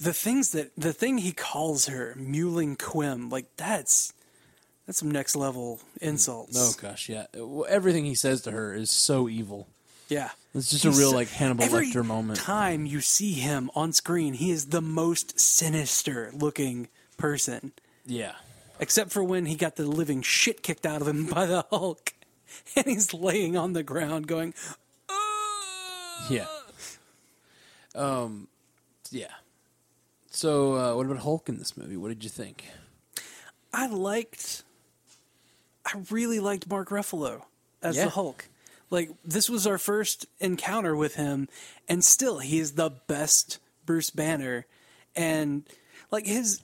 B: the things that the thing he calls her, Mewling Quim, like that's that's some next level insults.
A: Oh gosh, yeah. Well, Everything he says to her is so evil.
B: Yeah.
A: It's just a
B: He's
A: real,
B: so-
A: like, Hannibal
B: every
A: Lecter moment.
B: time you see him on screen, he is the most sinister looking person.
A: Yeah.
B: Except for when he got the living shit kicked out of him by the Hulk. And he's laying on the ground going,
A: Yeah. Um yeah. So uh, what about Hulk in this movie? What did you think?
B: I liked, I really liked Mark Ruffalo as
A: Yeah.
B: the Hulk. Like this was our first encounter with him, and still he is the best Bruce Banner, and like his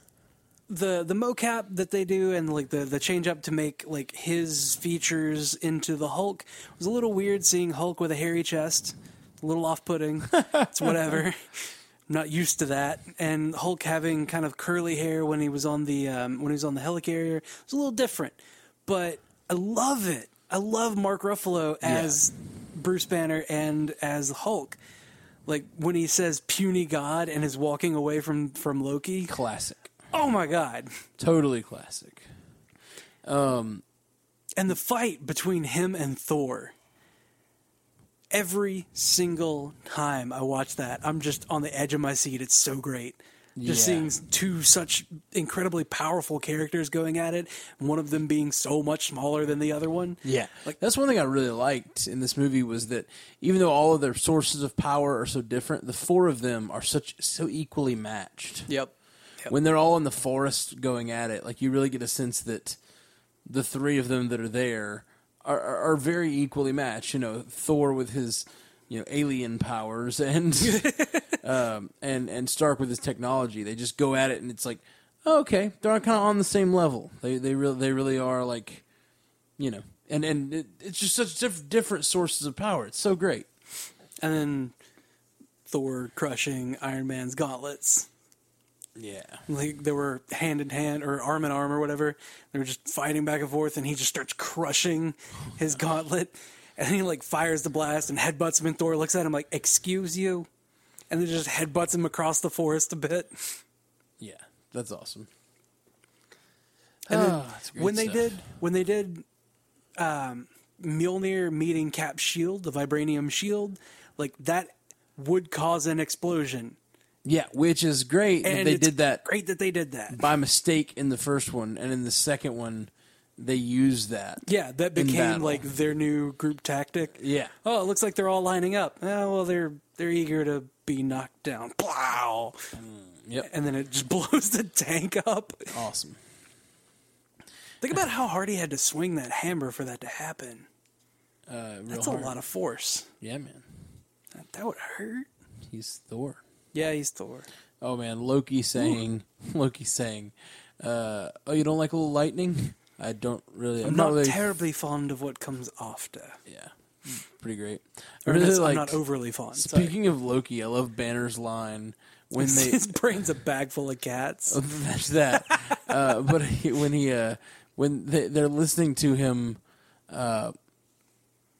B: the the mocap that they do and like the the change up to make like his features into the Hulk It was a little weird seeing Hulk with a hairy chest, a little off putting. it's whatever. I'm not used to that. And Hulk having kind of curly hair when he was on the um, when he was on the helicarrier it was a little different. But I love it. I love Mark Ruffalo as Bruce Banner and as Hulk. Like when he says puny god and is walking away from from Loki.
A: Classic.
B: Oh my god.
A: Totally classic.
B: and the fight between him and Thor. Every single time I watch that, I'm just on the edge of my seat. It's so great. Just
A: Yeah.
B: seeing two such incredibly powerful characters going at it, and one of them being so much smaller than the other one.
A: Yeah.
B: Like-
A: Like that's one thing I really liked in this movie was that even though all of their sources of power are so different, the four of them are such so equally matched.
B: Yep.
A: when they're all in the forest going at it, like you really get a sense that the three of them that are there are, are, are very equally matched. You know, Thor with his you know alien powers and um, and and Stark with his technology. They just go at it, and it's like oh, okay, they're kind of on the same level. They they really they really are like you know, and and it, it's just such diff- different sources of power. It's so great.
B: And then Thor crushing Iron Man's gauntlets.
A: Yeah.
B: Like they were hand in hand or arm in arm or whatever. They were just fighting back and forth, and he just starts crushing his gauntlet. And he like fires the blast and headbutts him, and Thor looks at him like, "Excuse you," and then just headbutts him across the forest a bit.
A: Yeah. That's awesome.
B: And then
A: Ah, that's great
B: when they
A: stuff.
B: did when they did um, Mjolnir meeting Cap's shield, the vibranium shield, like that would cause an explosion.
A: Yeah, which is great that
B: And
A: they
B: it's
A: did that
B: Great that they did that.
A: by mistake in the first one, and in the second one, they used that.
B: Yeah, that became
A: battle.
B: like their new group tactic.
A: Yeah.
B: Oh, it looks like they're all lining up. Oh, well, they're they're eager to be knocked down. Plow,
A: Yep.
B: and then it just blows the tank up.
A: Awesome.
B: Think about how hard he had to swing that hammer for that to happen.
A: Uh, real
B: That's
A: hard.
B: a lot of force.
A: Yeah, man.
B: That, that would hurt.
A: He's Thor.
B: Yeah, he's Thor.
A: Oh man, Loki saying, Loki saying, uh, "Oh, you don't like a little lightning? I don't really. I'm,
B: I'm not
A: really,
B: terribly fond of what comes after.
A: Yeah, pretty great. I
B: Or
A: really
B: that's- I'm
A: like.
B: not overly fond. Sorry.
A: speaking of Loki, I love Banner's line when they
B: His brain's a bag full of cats.
A: That's that. uh, but he, when he uh, when they, they're listening to him uh,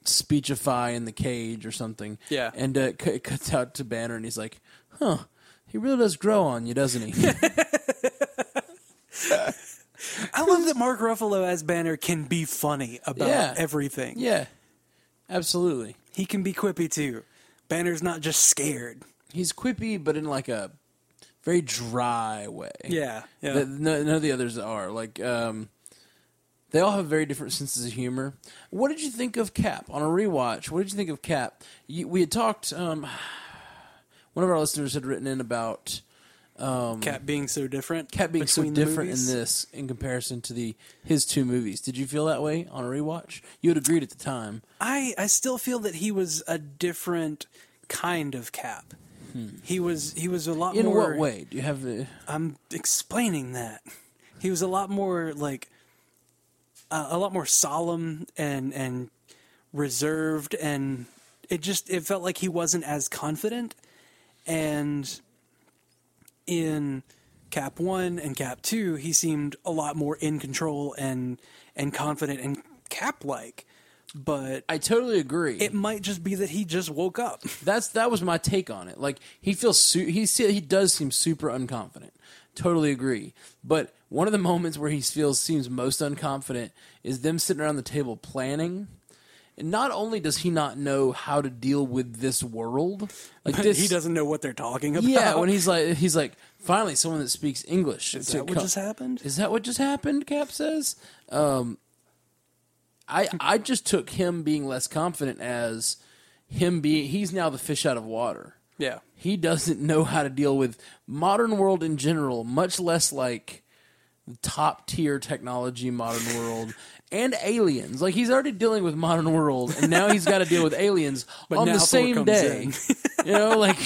A: speechify in the cage or something,
B: Yeah.
A: and uh, c- it cuts out to Banner, and he's like, "Huh, he really does grow on you, doesn't he?"
B: I love that Mark Ruffalo as Banner can be funny about
A: Yeah.
B: everything.
A: yeah, absolutely.
B: He can be quippy too. Banner's not just scared.
A: He's quippy, but in like a very dry way.
B: Yeah, yeah.
A: Th- no, none of the others are like. Um, they all have very different senses of humor. What did you think of Cap on a rewatch? What did you think of Cap? You, we had talked. Um, one of our listeners had written in about
B: Cap being so different.
A: Cap Um, being so
B: between the
A: different in
B: movies.
A: this in comparison to the his two movies. Did you feel that way on a rewatch? You had agreed at the time.
B: I I still feel that he was a different kind of Cap. He was he was a lot
A: Hmm. In
B: more.
A: what way? Do you have the?
B: I'm explaining that. He was a lot more like uh, a lot more solemn and and reserved and it just it felt like he wasn't as confident and in cap 1 and cap 2 he seemed a lot more in control and and confident and cap like but
A: I totally agree.
B: it might just be that he just woke up
A: That's that was my take on it. Like he feels su- he se- he does seem super unconfident. Totally agree. But one of the moments where he feels seems most unconfident is them sitting around the table planning. And not only does he not know how to deal with this world, like this,
B: he doesn't know what they're talking about
A: Yeah, when he's like, he's like, finally, someone that speaks English.
B: is that what just happened
A: Is that what just happened? Cap says. Um, I I just took him being less confident as him being he's now the fish out of water.
B: yeah
A: He doesn't know how to deal with modern world in general, much less like top tier technology modern world and aliens. Like he's already dealing with modern world, and now he's got to deal with aliens
B: But
A: on
B: now
A: the
B: Thor
A: same
B: comes
A: day.
B: in.
A: you know, like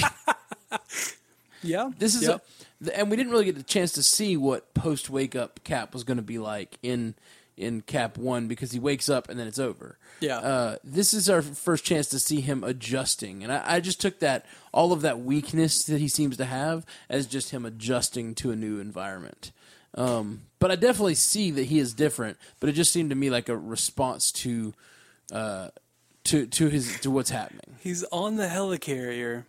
B: yeah
A: this is
B: Yep.
A: a, th- and we didn't really get the chance to see what post wake up Cap was going to be like in in Cap One because he wakes up and then it's over.
B: Yeah.
A: uh, this is our first chance to see him adjusting, and I, I just took that all of that weakness that he seems to have as just him adjusting to a new environment. Um, but I definitely see that he is different. But it just seemed to me like a response to. Uh, to, to his to what's happening.
B: He's on the helicarrier.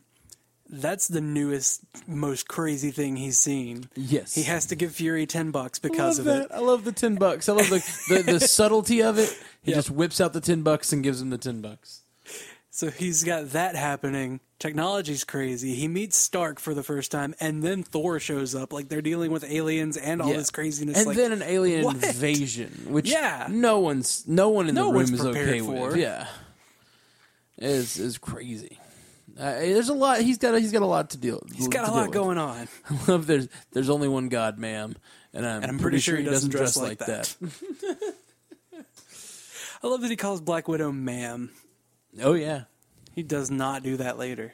B: That's the newest, most crazy thing he's seen.
A: Yes.
B: He has to give Fury 10 bucks because of
A: love
B: it.
A: that. I love the ten bucks. I love the the, the subtlety of it. He just whips out the ten bucks and gives him the ten bucks.
B: So he's got that happening. Technology's crazy. He meets Stark for the first time, and then Thor shows up. Like, they're dealing with aliens and all
A: Yeah.
B: this craziness.
A: and
B: like,
A: then an alien
B: what?
A: invasion, which
B: Yeah.
A: no one's no one in
B: No
A: the
B: one's
A: room is
B: prepared
A: okay
B: for.
A: with. Yeah, is is crazy. Uh, there's a lot. He's got. a- He's got a lot to deal.
B: he's got a lot going on.
A: I love. There's. There's only one God, ma'am, and I'm,
B: I'm pretty sure he doesn't dress like that. I love that he calls Black Widow ma'am.
A: that. Oh yeah.
B: He does not do that later.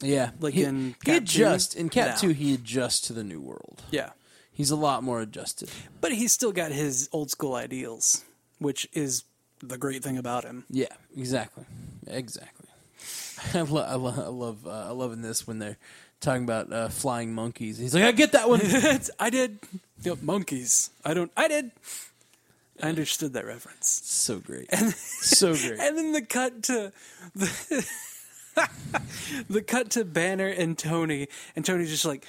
A: Yeah,
B: Like
A: he,
B: in
A: he
B: Cat
A: adjusts
B: two?
A: in Cat
B: No.
A: Two. He adjusts to the new world.
B: Yeah.
A: He's a lot more adjusted.
B: But he's still got his old school ideals, which is the great thing about him.
A: Yeah, exactly, exactly. I, lo- I, lo- I love, uh, I love in this when they're talking about uh, flying monkeys. He's like, I get that one.
B: It's- I did. Yep, monkeys. I don't. I did. I understood that reference.
A: so great, so great.
B: And then the cut to the, the cut to Banner and Tony, and Tony's just like,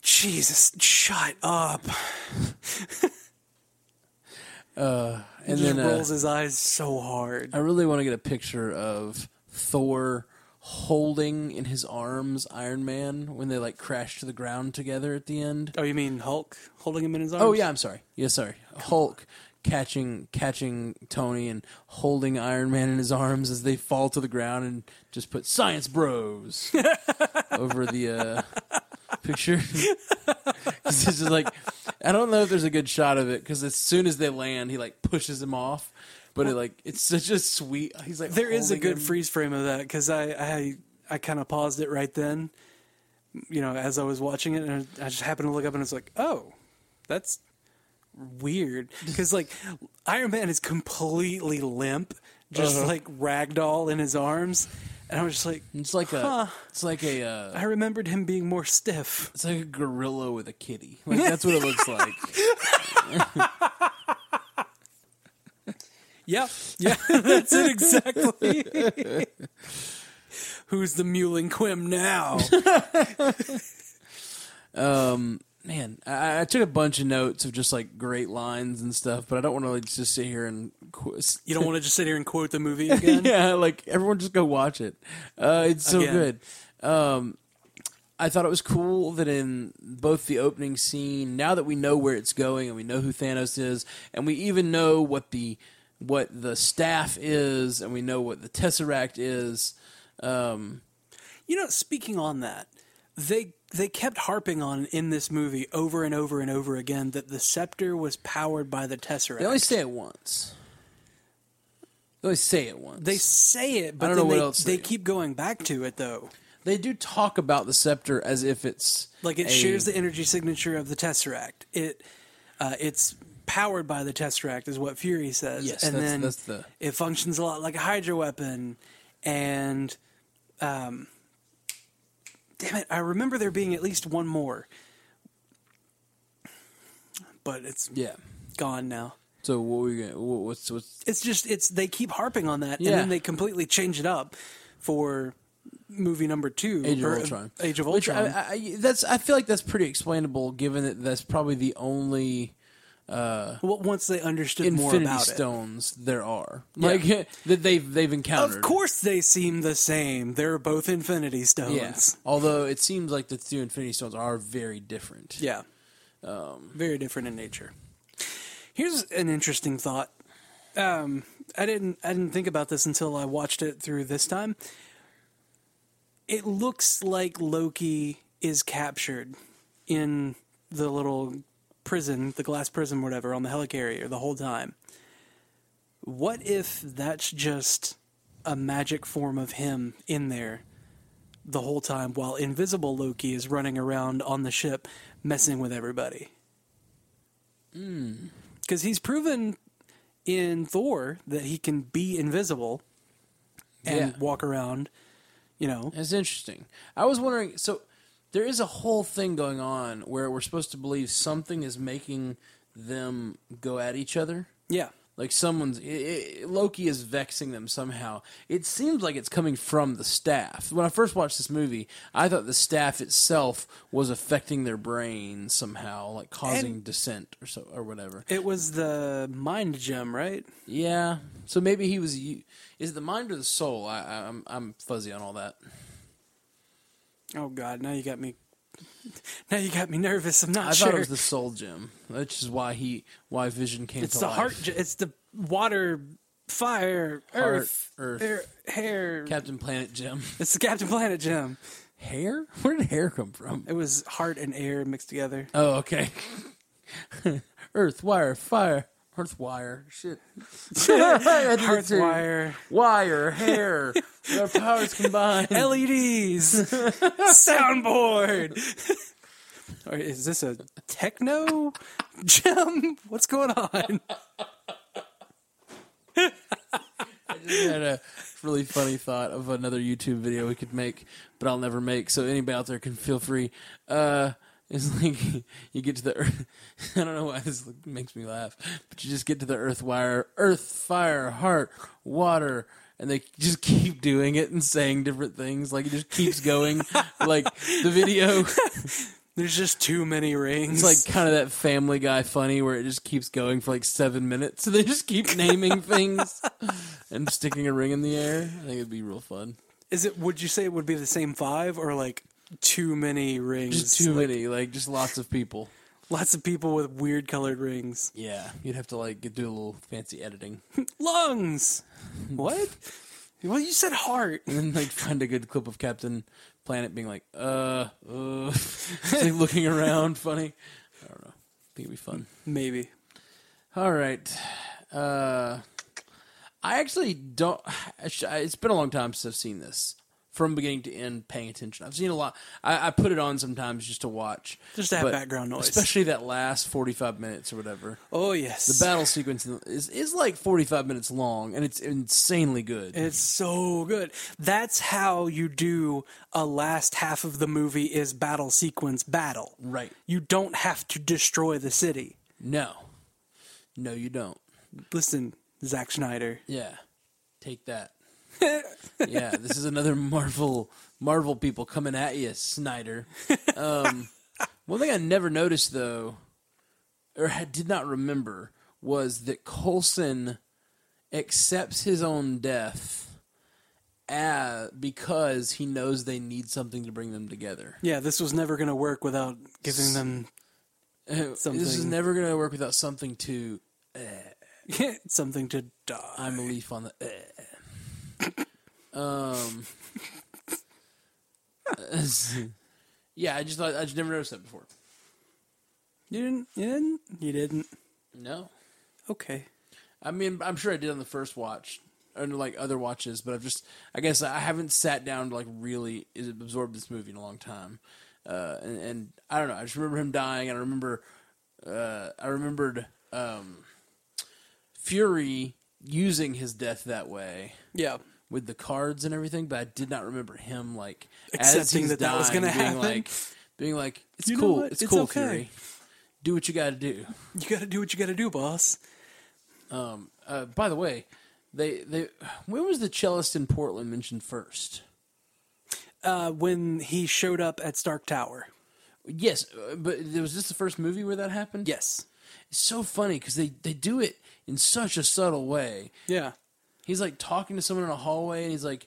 B: Jesus, shut up!
A: And
B: just
A: then uh,
B: rolls his eyes so hard.
A: I really want to get a picture of Thor holding in his arms Iron Man when they like crash to the ground together at the end.
B: Oh, you mean Hulk holding him in his arms?
A: Oh yeah, I'm sorry. Yeah, sorry. Hulk catching catching Tony and holding Iron Man in his arms as they fall to the ground and just put science bros over the uh, picture. 'Cause it's just like I don't know if there's a good shot of it because as soon as they land, he like pushes him off. But it like it's such a sweet. He's like
B: There is a
A: holding
B: good
A: him.
B: freeze frame of that because I I, I kind of paused it right then, you know, as I was watching it, and I just happened to look up and it's like, oh, that's weird because like Iron Man is completely limp, just like ragdoll in his arms, and I was just like,
A: It's like a
B: Huh.
A: it's like a uh,
B: I remembered him being more stiff.
A: it's like a gorilla with a kitty. Like that's what it looks like.
B: Yeah, yeah, that's it exactly. Who's the mewling quim now?
A: Man, I, I took a bunch of notes of just like great lines and stuff, but I don't want to like just sit here and qu-
B: You don't want to just sit here and quote the movie again.
A: yeah, like everyone just go watch it. Uh, it's so
B: Again.
A: good. Um, I thought it was cool that in both the opening scene, now that we know where it's going and we know who Thanos is, and we even know what the what the staff is, and we know what the Tesseract is. Um,
B: You know, speaking on that, they they kept harping on in this movie over and over and over again that the scepter was powered by the tesseract.
A: they only say it once. They only say it once.
B: They say it, but
A: don't
B: then
A: know what
B: they,
A: else
B: they
A: they-
B: keep going back to it though.
A: they do talk about the scepter as if it's
B: Like it
A: a-
B: shares the energy signature of the tesseract. It uh, it's powered by the tesseract is what Fury says.
A: Yes,
B: and
A: that's-
B: then
A: that's the-
B: it functions a lot like a hydro weapon and um damn it, I remember there being at least one more. But it's
A: yeah.
B: gone now.
A: So what were you gonna, what, what's what's
B: It's just it's they keep harping on that,
A: Yeah.
B: and then they completely change it up for movie number two,
A: Age of
B: or, uh,
A: Ultron.
B: Age of
A: Which
B: Ultron.
A: I, I- I, that's I feel like that's pretty explainable, given that that's probably the only
B: well, once they understood more
A: Infinity
B: about
A: Stones there are, like that they've they've
B: it.
A: encountered.
B: Of course, they seem the same. They're both Infinity
A: yeah.
B: Stones.
A: Although it seems like the two Infinity Stones are very different.
B: Yeah, very different in nature. Here's an interesting thought. Um, I didn't I didn't think about this until I watched it through this time. It looks like Loki is captured in the little prison, the glass prison, whatever, on the helicarrier the whole time. What if that's just a magic form of him in there the whole time while invisible Loki is running around on the ship messing with everybody?
A: Hmm.
B: Because he's proven in Thor that he can be invisible and
A: Yeah.
B: walk around, you know.
A: That's interesting. I was wondering. So there is a whole thing going on where we're supposed to believe something is making them go at each other.
B: Yeah.
A: Like someone's i i Loki is vexing them somehow. It seems like it's coming from the staff. When I first watched this movie, I thought the staff itself was affecting their brain somehow, like causing dissent or so or whatever.
B: It was the mind gem, right?
A: Yeah. So maybe he was. u- Is it the mind or the soul? I, I- I'm I'm fuzzy on all that.
B: Oh God! Now you got me. Now you got me nervous. I'm not
A: I
B: sure.
A: thought it was the soul gem, which is why he why Vision came
B: it's
A: to
B: the
A: life.
B: heart. ge- It's the water, fire,
A: Heart,
B: earth,
A: earth.
B: air, hair.
A: Captain Planet gem.
B: it's the Captain Planet gem.
A: Hair? Where did hair come from?
B: It was heart and air mixed together.
A: Oh, okay. Earth wire, fire, earth wire, shit.
B: Hearth wire,
A: wire, hair. Their powers combined.
B: LEDs, E soundboard. or is this a techno gem? What's going on?
A: I had a really funny thought of another YouTube video we could make, but I'll never make. So anybody out there can feel free. Uh, it's like you get to the earth. I don't know why this makes me laugh, but you just get to the earth wire, earth, fire, heart, water, and they just keep doing it and saying different things. Like it just keeps going. like the video
B: There's just too many rings.
A: It's like kind of that Family Guy funny where it just keeps going for like seven minutes. So they just keep naming things and sticking a ring in the air. I think it'd be real fun.
B: Is it? Would you say it would be the same five or like too many rings?
A: Just too many, like just lots of people.
B: Lots of people with weird colored rings.
A: Yeah, you'd have to like get- do a little fancy editing
B: Lungs. What? well, you said heart.
A: and then like find a good clip of Captain Planet being like, uh, uh, just, like looking around, funny. I don't know. I think it'd be fun.
B: Maybe.
A: All right. Uh, I actually don't. I sh- I- It's been a long time since I've seen this. from beginning to end paying attention. I've seen a lot. I, I put it on sometimes just to watch,
B: Just to have
A: but
B: background noise.
A: especially that last forty five minutes or whatever.
B: Oh yes,
A: The battle sequence is is like forty five minutes long, and it's insanely good.
B: It's so good. That's how you do a last half of the movie is battle sequence battle.
A: right?
B: You don't have to destroy the city.
A: No, no, you don't.
B: Listen, Zack Schneider.
A: Yeah, take that. yeah, this is another Marvel Marvel people coming at you, Snyder. Um, one thing I never noticed though, or I did not remember, was that Coulson accepts his own death. Uh, because he knows they need something to bring them together.
B: Yeah, this was never going to work without giving them
A: Uh, This is
B: Something.
A: never going to work without something to.
B: something to die.
A: I'm a leaf on the. eh. um. yeah, I just thought I just never noticed that before.
B: You didn't. You didn't. You didn't.
A: No,
B: Okay.
A: I mean I'm sure I did on the first watch and like other watches, but I've just I guess I haven't sat down to like really absorb this movie in a long time. Uh, and, and I don't know. I just remember him dying, and I remember uh, I remembered um, Fury using his death that way.
B: Yeah.
A: with the cards and everything, but I did not remember him like as
B: Accepting
A: he's
B: that
A: dying,
B: that was gonna
A: being
B: happen.
A: like being like it's
B: You know
A: cool,
B: what?
A: it's,
B: It's
A: cool,
B: okay."
A: Fury. Do what you got to do.
B: You got to do what you got to do, boss.
A: Uh, by the way, they they when was the cellist in Portland mentioned first?
B: Uh, when he showed up at Stark Tower.
A: Yes, uh, but was this the first movie where that happened?
B: Yes.
A: it's so funny because they they do it in such a subtle way.
B: Yeah.
A: He's like talking to someone in a hallway, and he's like,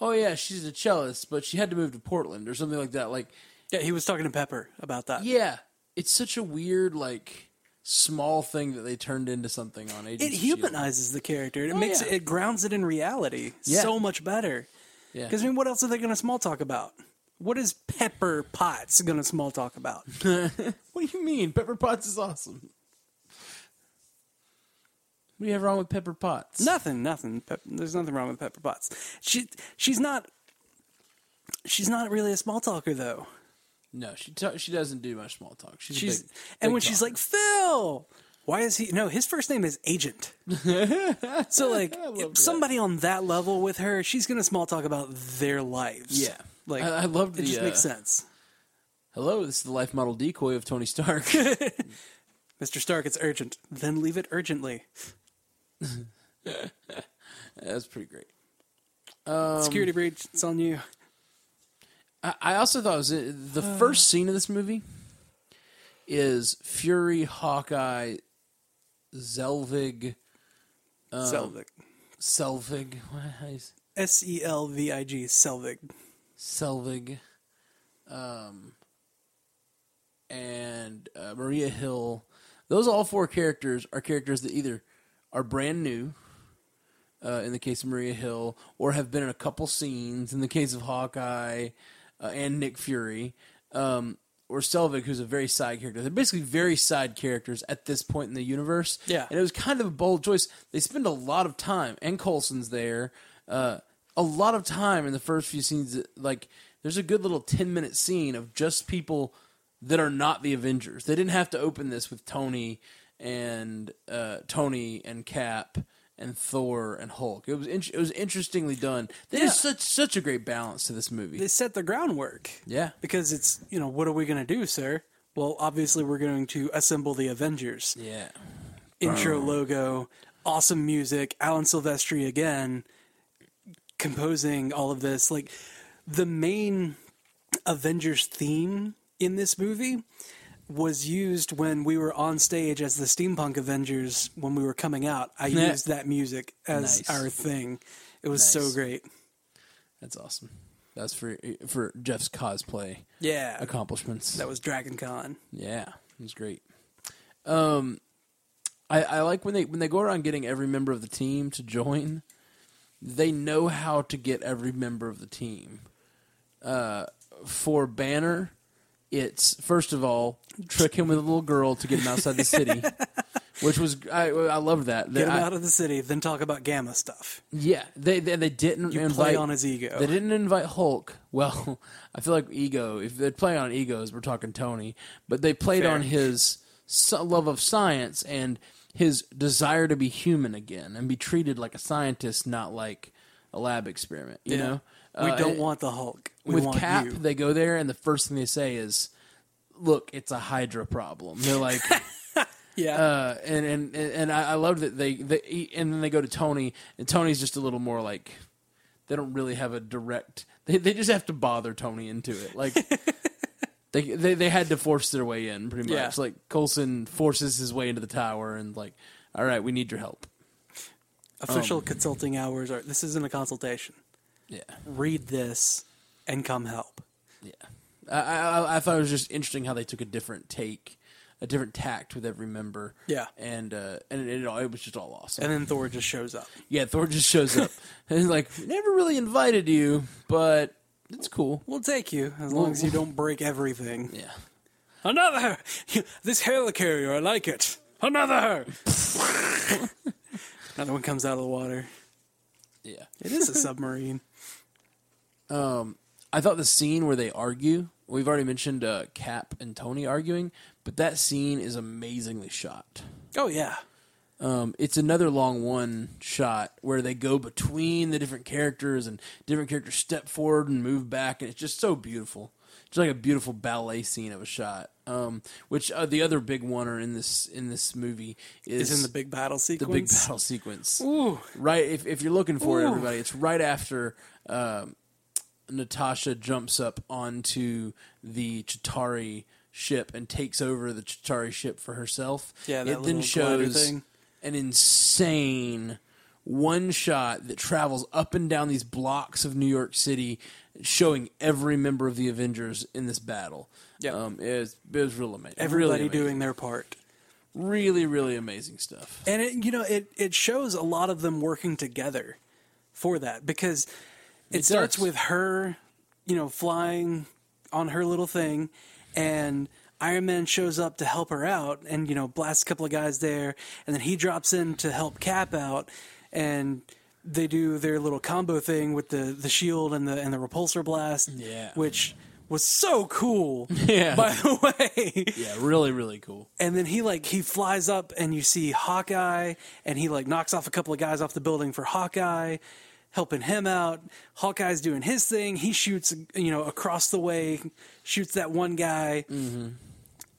A: "Oh yeah, she's a cellist, but she had to move to Portland or something like that." Like
B: Yeah. He was talking to Pepper about that.
A: Yeah, it's such a weird like small thing that they turned into something on Agents.
B: it
A: of S.H.I.E.L.D.
B: humanizes the character. It makes
A: Oh, yeah.
B: it, it grounds it in reality
A: Yeah.
B: so much better.
A: Yeah.
B: Because I mean, what else are they going to small talk about? What is Pepper Potts going to small talk about?
A: What do you mean? Pepper Potts is awesome. What do you have wrong with Pepper Potts?
B: nothing, nothing. Pep- There's nothing wrong with Pepper Potts. She she's not she's not really a small talker though.
A: No, she ta- she doesn't do much small talk. She's, a
B: She's
A: big-
B: and
A: big
B: when she's
A: talker.
B: like Phil, why is he? No, his first name is Agent. so like
A: love that.
B: somebody on that level with her, she's going to small talk about their lives.
A: yeah,
B: like
A: I, I loved the
B: it just makes
A: uh,
B: sense.
A: hello. This is the life model decoy of Tony Stark.
B: Mr. Stark, it's urgent. Then leave it urgently.
A: That's pretty great. Um,
B: Security breach, it's on you.
A: I, I also thought it was uh, the first scene of this movie is Fury, Hawkeye, Zelvig, um,
B: Selvig.
A: Selvig. What how you s-
B: S E L V I G, Selvig.
A: Selvig, um, and uh, Maria Hill. Those all four characters are characters that either are brand new, uh, in the case of Maria Hill, or have been in a couple scenes in the case of Hawkeye uh, and Nick Fury, um, or Selvig, who's a very side character. They're basically very side characters at this point in the universe.
B: Yeah.
A: and it was kind of a bold choice. They spend a lot of time, and Colson's there, uh, a lot of time in the first few scenes. Like, there's a good little ten minute scene of just people that are not the Avengers. They didn't have to open this with Tony and uh, Tony and Cap and Thor and Hulk. It was in- it was interestingly done. There is such such a great balance to this movie.
B: They set the groundwork.
A: yeah,
B: Because it's, you know, what are we going to do, sir? Well, obviously, we're going to assemble the Avengers.
A: yeah,
B: Intro logo, awesome music, Alan Silvestri again, composing all of this. Like, the main Avengers theme in this movie was used when we were on stage as the steampunk Avengers when we were coming out. I
A: Yeah.
B: used that music as
A: Nice.
B: our thing. It was so
A: Nice.
B: great.
A: that's awesome. That's for for Jeff's cosplay
B: Yeah.
A: accomplishments.
B: That was Dragon Con.
A: Yeah, it was great. Um, I, I like when they when they go around getting every member of the team to join. They know how to get every member of the team. Uh, for Banner, it's first of all trick him with a little girl to get him outside the city, which was I, I love that.
B: Get him
A: I-
B: out of the city, then talk about gamma stuff.
A: Yeah, they they, they didn't
B: You play
A: invite
B: on his ego.
A: They didn't invite Hulk. Well, I feel like ego. If they play on egos, we're talking Tony. But they played
B: Fair.
A: on his s- love of science and his desire to be human again and be treated like a scientist, not like a lab experiment. You know,
B: we
A: Uh,
B: don't
A: it-
B: want the Hulk. We
A: with
B: want
A: Cap,
B: you.
A: they go there, and the first thing they say is, "Look, it's a Hydra problem." They're like,
B: yeah.
A: uh, and and and I, I love that they, they and then they go to Tony, and Tony's just a little more like they don't really have a direct. They they just have to bother Tony into it, like. They, they they had to force their way in pretty much.
B: Yeah.
A: Like Colson forces his way into the tower and like, all right, we need your help.
B: Official consulting hours are. This isn't a consultation.
A: Yeah,
B: Read this and come help.
A: yeah. I, I I- I thought it was just interesting how they took a different take, a different tact with every member.
B: Yeah.
A: and uh, and it, it, all- it was just all awesome.
B: And then Thor just shows up.
A: Yeah, Thor just shows up. and he's like, never really invited you, but it's cool.
B: We'll take you as long as you don't break everything.
A: Yeah.
B: Another! This helicarrier, I like it. Another! Another one comes out of the water.
A: Yeah.
B: It is a submarine.
A: I thought the scene where they argue, we've already mentioned uh, Cap and Tony arguing, but that scene is amazingly shot.
B: Oh, yeah.
A: Um, it's another long one shot where they go between the different characters and different characters step forward and move back, and it's just so beautiful. It's like a beautiful ballet scene of a shot. Um, which uh, the other big one in this in this movie is
B: Is in the big battle
A: the big
B: sequence.
A: battle sequence.
B: Ooh.
A: Right, if, if you're looking for it,
B: Ooh.
A: everybody, it's right after um, Natasha jumps up onto the Chitari ship and takes over the Chitari ship for herself.
B: Yeah, that
A: it then
B: little glider
A: shows
B: thing.
A: an insane one shot that travels up and down these blocks of New York City, showing every member of the Avengers in this battle.
B: Yep.
A: um, it was, it was real amazing.
B: Everybody
A: really amazing.
B: doing their part.
A: really, really amazing stuff.
B: and it you know it it shows a lot of them working together for that because it,
A: It
B: starts
A: does.
B: with her you know flying on her little thing and Iron Man shows up to help her out and you know blasts a couple of guys there and then he drops in to help Cap out and they do their little combo thing with the the shield and the and the repulsor blast
A: Yeah.
B: which was so cool
A: Yeah.
B: by the way
A: Yeah, really, really cool.
B: and then he like he flies up and you see Hawkeye and he like knocks off a couple of guys off the building for Hawkeye helping him out. Hawkeye's doing his thing. He shoots you know across the way, shoots that one guy.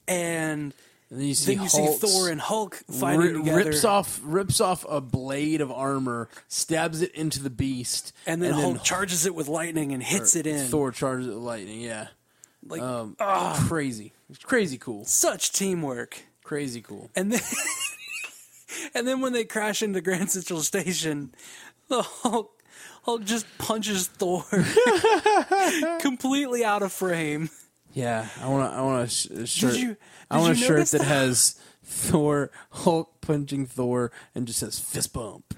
B: And
A: And then you see,
B: then you see
A: Mm-hmm. Hulk's-
B: Thor and Hulk fighting
A: ri-
B: together.
A: rips off rips off a blade of armor, stabs it into the beast,
B: and then Hulk charges it with lightning and hits it in.
A: Thor um, charges it with lightning. Yeah,
B: like
A: Ah. crazy, It's crazy cool,
B: such teamwork.
A: crazy cool.
B: And then and then when they crash into Grand Central Station, the Hulk Hulk just punches Thor completely out of frame.
A: Yeah, I want to. I want a sh- a shirt.
B: you-
A: I
B: did
A: want a
B: you
A: shirt
B: notice
A: that
B: that?
A: has Thor Hulk punching Thor and just says fist bump.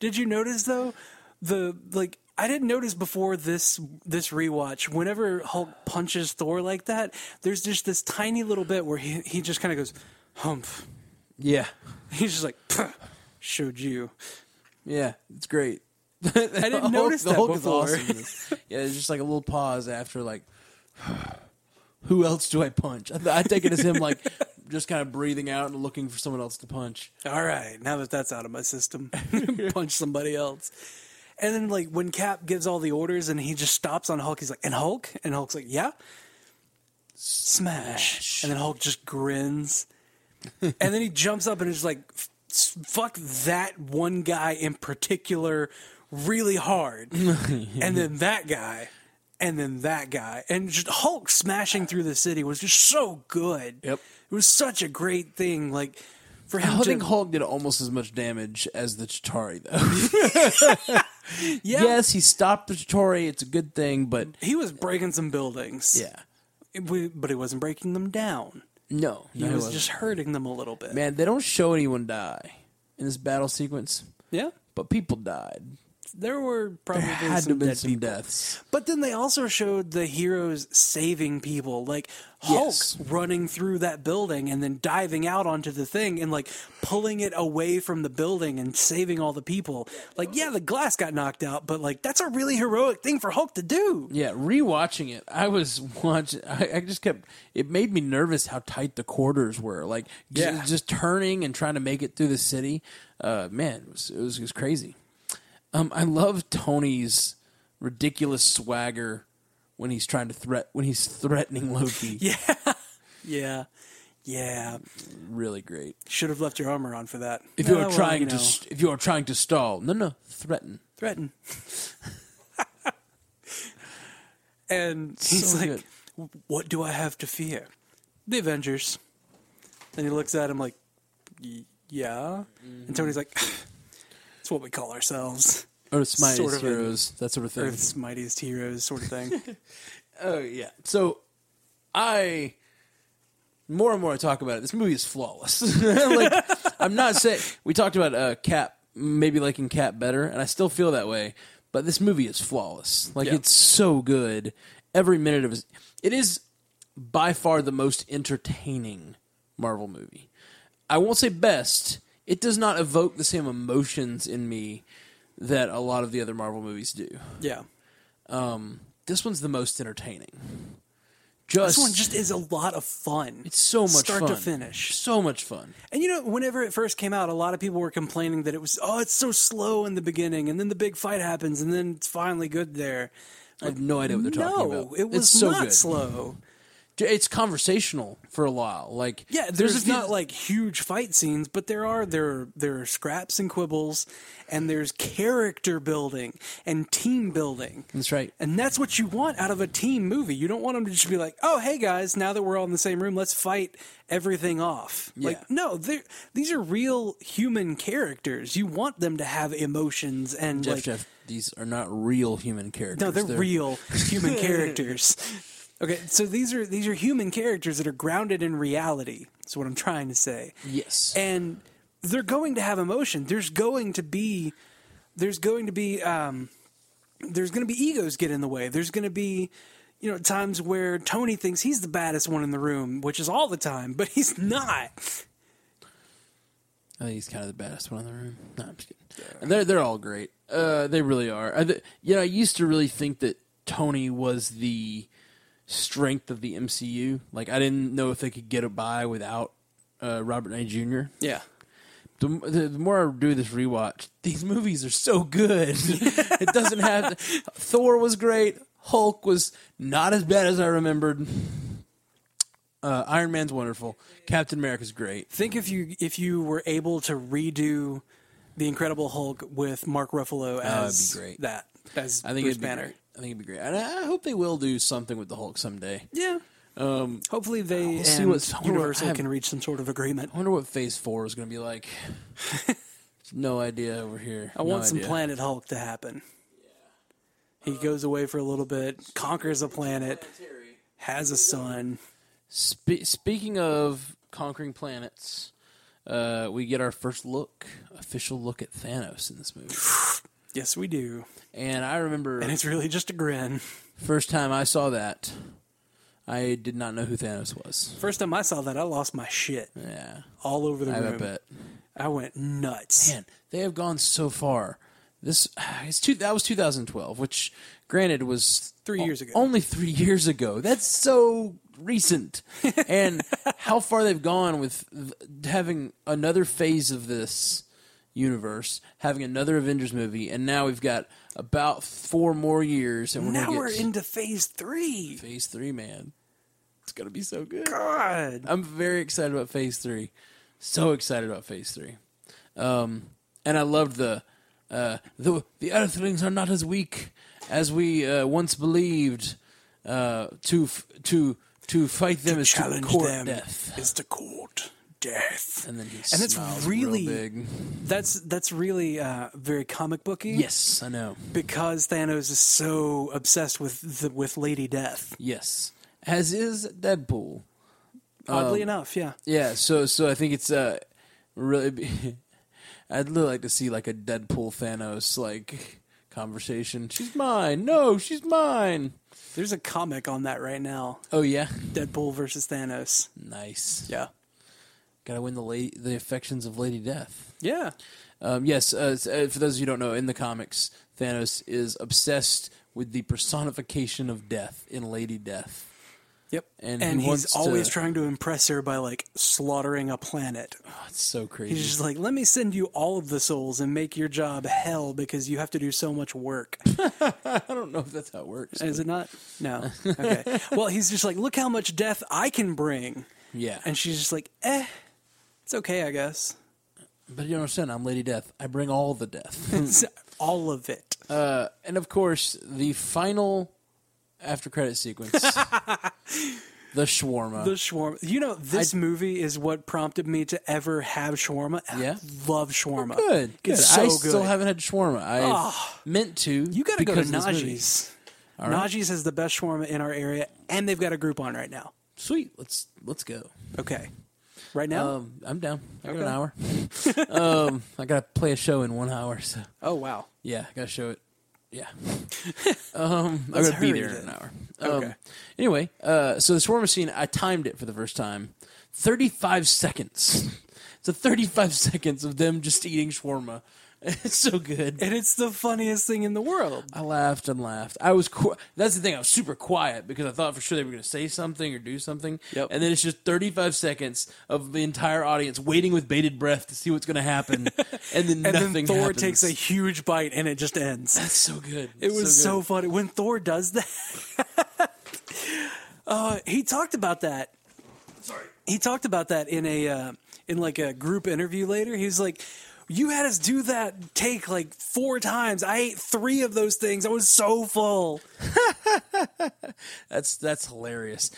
B: Did you notice though the like I didn't notice before this this rewatch. Whenever Hulk punches Thor like that, there's just this tiny little bit where he he just kind of goes hump.
A: Yeah,
B: He's just like "Pah, showed you.
A: yeah, it's great.
B: I didn't notice
A: the
B: that
A: Hulk
B: before.
A: is awesome. in this. yeah, it's just like a little pause after like, who else do I punch? I, th- I take it as him like just kind of breathing out and looking for someone else to punch.
B: All right, now that that's out of my system, punch somebody else. And then, like, when Cap gives all the orders and he just stops on Hulk, he's like, and Hulk? And Hulk's like, yeah. Smash. And then Hulk just grins. and then he jumps up and is like, "F- fuck that one guy in particular really hard. and then that guy. And then that guy. And just Hulk smashing through the city was just so good.
A: Yep.
B: It was such a great thing. Like, for
A: I
B: him
A: don't
B: to
A: think Hulk did almost as much damage as the Chitari though.
B: Yeah.
A: yes, he stopped the Chitari. It's a good thing, but
B: He was breaking some buildings.
A: yeah,
B: It wa- But he wasn't breaking them down.
A: no,
B: He
A: no,
B: was
A: wasn't.
B: just hurting them a little bit.
A: man. They don't show anyone die in this battle sequence,
B: Yeah.
A: but people died.
B: there were probably
A: There had to
B: some
A: have been
B: dead
A: some
B: people.
A: deaths.
B: But then they also showed the heroes saving people, like Hulk
A: Yes.
B: running through that building and then diving out onto the thing and like pulling it away from the building and saving all the people. Like, yeah, the glass got knocked out, but like that's a really heroic thing for Hulk to do.
A: Yeah, rewatching it, I was watching. I, I just kept. It made me nervous how tight the quarters were. Like, j-
B: Yeah.
A: just turning and trying to make it through the city. Uh, man, it was, it was it was crazy. Um, I love Tony's ridiculous swagger when he's trying to threat when he's threatening Loki.
B: Yeah. Yeah. Yeah.
A: Really great.
B: Should have left your armor on for that.
A: If
B: Oh,
A: you are
B: well,
A: trying
B: you
A: to
B: know,
A: st- if you are trying to stall, no, no, threaten.
B: threaten. and he's
A: So
B: like,
A: good.
B: What do I have to fear? The Avengers. And he looks at him like, y- Yeah.
A: Mm-hmm.
B: And Tony's like, It's what we call ourselves.
A: Or it's my
B: Sort of an
A: heroes, that sort of thing.
B: Earth's mightiest heroes, sort of thing.
A: Oh yeah. So I more and more I talk about it. This movie is flawless. like I'm not saying we talked about uh, Cap maybe liking Cap better, and I still feel that way. But this movie is flawless. Like
B: Yeah.
A: it's so good. Every minute of it, it is by far the most entertaining Marvel movie. I won't say best. It does not evoke the same emotions in me that a lot of the other Marvel movies do
B: yeah.
A: this one's the most entertaining. Just,
B: This one just is a lot of fun.
A: it's so much
B: start
A: fun.
B: to finish.
A: So much fun.
B: And you know, whenever it first came out, a lot of people were complaining that it was, oh, it's so slow in the beginning, and then the big fight happens, and then it's finally good there.
A: I have no idea what they're talking
B: No,
A: about.
B: it was
A: it's so
B: not
A: good.
B: slow.
A: J- It's conversational for a while. Like
B: Yeah, there's,
A: a few-
B: not like huge fight scenes, but there are there there are scraps and quibbles, and there's character building and team building.
A: that's right.
B: And that's what you want out of a team movie. You don't want them to just be like, "Oh, hey guys, now that we're all in the same room, let's fight everything off."
A: Yeah.
B: Like, no, they're- these are real human characters. You want them to have emotions and
A: Jeff,
B: like,
A: Jeff, these are not real human characters.
B: no, they're, real human characters. Okay, so these are these are human characters that are grounded in reality. Is what I'm trying to say
A: Yes.
B: and they're going to have emotion. There's going to be there's going to be um, there's going to be egos get in the way. There's going to be you know times where Tony thinks he's the baddest one in the room, which is all the time, but he's not.
A: I think he's kind of the baddest one in the room. No, I'm just kidding. And they're they're all great. Uh, they really are. I th- you know, I used to really think that Tony was the strength of the MCU. Like I didn't know if they could get it by without uh, Robert Downey Jr.
B: Yeah.
A: The, m- the, the more I do this rewatch, these movies are so good. it doesn't have Thor was great. Hulk was not as bad as I remembered. Uh, Iron Man's wonderful. Captain America's great.
B: Think if you if you were able to redo the Incredible Hulk with Mark Ruffalo as
A: be great.
B: that as
A: I think
B: Bruce
A: it'd be
B: Banner.
A: Great. I think it'd be great, and I I hope they will do something with the Hulk someday.
B: Yeah. Um, Hopefully they and
A: see what's- I wonder what- I
B: Universal
A: have-
B: can reach some sort of agreement.
A: I wonder what Phase Four is going to be like. no idea over here.
B: I want some Planet Hulk to happen. He goes away for a little bit, conquers a planet, has a son.
A: Spe- speaking of conquering planets, uh, we get our first look, official look at Thanos in this movie,
B: Yes, we do.
A: and I remember
B: And it's really just a grin.
A: first time I saw that, I did not know who Thanos was.
B: First time I saw that, I lost my shit
A: Yeah,
B: all over the
A: I
B: room.
A: bet.
B: I went nuts.
A: man, they have gone so far. This it's two, that was 2012, which granted was
B: Three years ago.
A: Only three years ago. That's so recent, and how far they've gone with th- having another phase of this universe, having another Avengers movie, and now we've got about four more years, and we're
B: now
A: gonna
B: we're
A: get
B: into phase three.
A: phase three. Man, it's gonna be so good.
B: God.
A: I'm very excited about phase three. So excited about phase three. Um, and I loved the uh, the the Earthlings are not as weak as we uh, once believed. Uh, to f- to to fight them is to
B: Challenge
A: court
B: them
A: death.
B: is to court death.
A: And then he
B: And it's
A: smiles
B: really-
A: real big.
B: That's that's really uh, very comic booky.
A: Yes, I know.
B: Because Thanos is so obsessed with the, with Lady Death.
A: Yes, as is Deadpool.
B: Oddly
A: Um,
B: enough, yeah.
A: Yeah, so so I think it's uh really. I'd really like to see like a Deadpool Thanos like conversation. She's mine. No, she's mine.
B: There's a comic on that right now.
A: Oh yeah,
B: Deadpool versus Thanos.
A: nice.
B: Yeah.
A: Gotta win the la- the affections of Lady Death.
B: Yeah.
A: Um, yes, uh, s- uh, for those of you who don't know, in the comics, Thanos is obsessed with the personification of death in Lady Death.
B: Yep.
A: And
B: And,
A: he wants
B: he's
A: to-
B: always trying to impress her by like slaughtering a planet.
A: That's so crazy.
B: He's just like, let me send you all of the souls and make your job hell because you have to do so much work.
A: I don't know if that's how it works.
B: Is it not? No. Okay. well, he's just like, look how much death I can bring.
A: Yeah,
B: And she's just like, eh, it's okay, I guess.
A: but you don't understand. I'm Lady Death. I bring all the death.
B: It's all of it.
A: Uh, and of course, the final after credit sequence, the shawarma.
B: The shawarma. You know, this movie is what prompted me to ever have shawarma. I
A: Yeah?
B: love shawarma.
A: good, good.
B: It's so
A: I
B: good. Ah.
A: still haven't had shawarma. I meant to.
B: you got to go to
A: because of this movie.
B: Najee's. Najee's has the best shawarma in our area, and they've got a group on right now.
A: Sweet. Let's let's go.
B: Okay. Right now?
A: Um, I'm down. I got an
B: Okay.
A: hour. um, I gotta play a show in one hour, so
B: oh, wow.
A: yeah, I gotta show it. Yeah, um, I
B: Let's
A: gotta be
B: hurry
A: there in an
B: then.
A: hour. Um,
B: Okay.
A: Anyway, uh, so the shawarma scene, I timed it for the first time. Thirty-five seconds. It's a thirty-five seconds of them just eating shawarma. It's so good.
B: And it's the funniest thing in the world.
A: I laughed and laughed. I was qu- that's the thing. I was super quiet because I thought for sure they were going to say something or do something.
B: Yep.
A: And then it's just 35 seconds of the entire audience waiting with bated breath to see what's going to happen, and then
B: And
A: nothing.
B: then Thor
A: happens.
B: takes a huge bite and it just ends.
A: That's so good.
B: It was so,
A: good.
B: funny when Thor does that. uh, he talked about that. Sorry, he talked about that in a uh, in like a group interview later. He was like, "You had us do that take like four times. I ate three of those things. I was so full."
A: that's that's hilarious.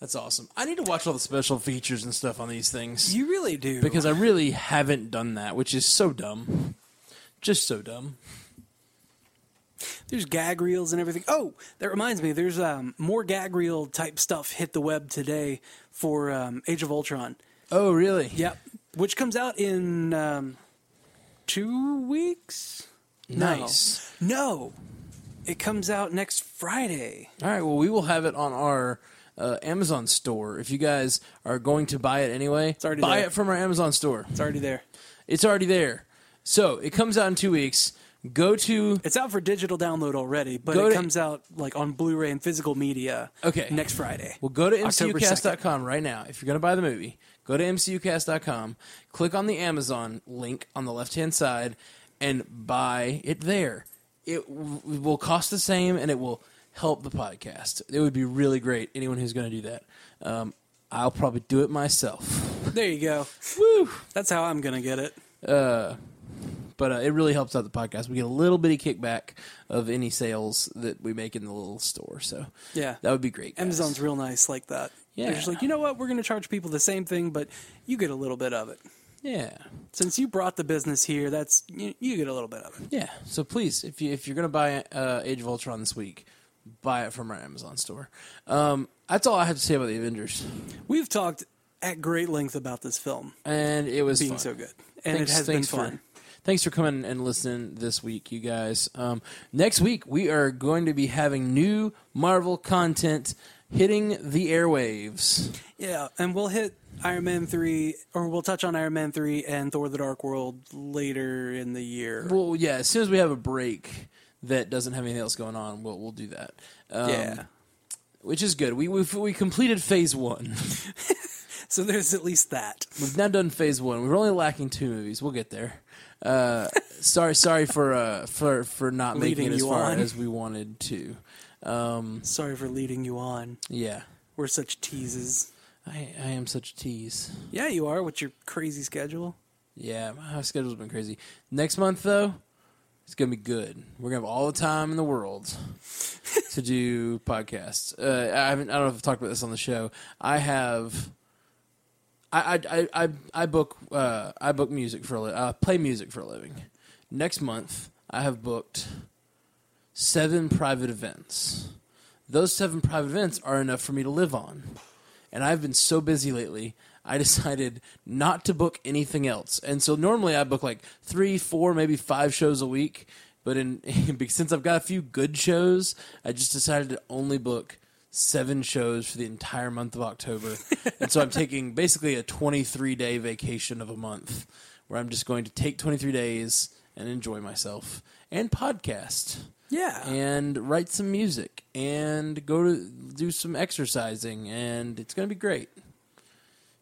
A: That's awesome. I need to watch all the special features and stuff on these things
B: You really do
A: because I really haven't done that, which is so dumb. Just so dumb.
B: there's gag reels and everything. Oh, that reminds me, there's um, more gag reel type stuff hit the web today for um, Age of Ultron.
A: Oh, really?
B: Yep. Which comes out in um, two weeks? No.
A: Nice.
B: No. It comes out next Friday.
A: All right. Well, we will have it on our uh, Amazon store. If you guys are going to buy it anyway,
B: already
A: buy
B: there.
A: it from our Amazon store.
B: It's already there.
A: It's already there. So it comes out in two weeks. Go to
B: It's out for digital download already, but
A: Go
B: it
A: to-
B: comes out like on Blu-ray and physical media.
A: Okay.
B: Next Friday.
A: well, go to
B: October
A: mcucast.com right now. If you're going to buy the movie, go to mcucast.com, click on the Amazon link on the left hand side, and buy it there. It w- will cost the same, and it will help the podcast. It would be really great. Anyone who's going to do that, um, I'll probably do it myself.
B: There you go.
A: Woo!
B: That's how I'm gonna get it.
A: but uh, it really helps out the podcast. We get a little bitty kickback of any sales that we make in the little store. So
B: Yeah.
A: that would be great. guys.
B: Amazon's real nice like that.
A: Yeah.
B: They're just like, you know what? We're gonna charge people the same thing, but you get a little bit of it.
A: yeah,
B: Since you brought the business here, that's you, you get a little bit of it.
A: yeah. So please, if you if you're gonna buy uh, Age of Ultron this week, buy it from our Amazon store. Um, that's all I have to say about the Avengers,
B: We've talked at great length about this film.
A: and it was
B: being
A: fun.
B: so good. And it has been fun.
A: For, thanks for coming and listening this week, you guys. Um, next week, we are going to be having new Marvel content hitting the airwaves.
B: Yeah, and we'll hit Iron Man 3 or we'll touch on Iron Man 3 and Thor the Dark World later in the year.
A: Well, yeah. As soon as we have a break that doesn't have anything else going on, we'll we'll do that. Um,
B: yeah.
A: which is good. We we we completed phase one.
B: So there's at least that.
A: We've now done phase one. We're only lacking two movies. We'll get there. Uh, sorry, sorry for uh, for for not making
B: Leading
A: it as
B: you
A: far
B: on.
A: as we wanted to. Mm-hmm.
B: Sorry for leading you on.
A: Yeah,
B: We're such teases.
A: I I am such a tease.
B: Yeah, you are with your crazy schedule.
A: Yeah, my schedule's been crazy. Next month though, it's gonna be good. We're gonna have all the time in the world to do podcasts. Uh, I haven't. I don't know if I've talked about this on the show. I have. I I I I, I book uh, I book music for a li- I play music for a living. Next month, I have booked seven private events. Those seven private events are enough for me to live on, and I've been so busy lately. I decided not to book anything else. And so normally I book like three, four, maybe five shows a week. But in since I've got a few good shows, I just decided to only book seven shows for the entire month of October. and so I'm taking basically a 23 day vacation of a month where I'm just going to take 23 days and enjoy myself and podcast
B: Yeah.
A: and write some music and go to do some exercising and it's going to be great.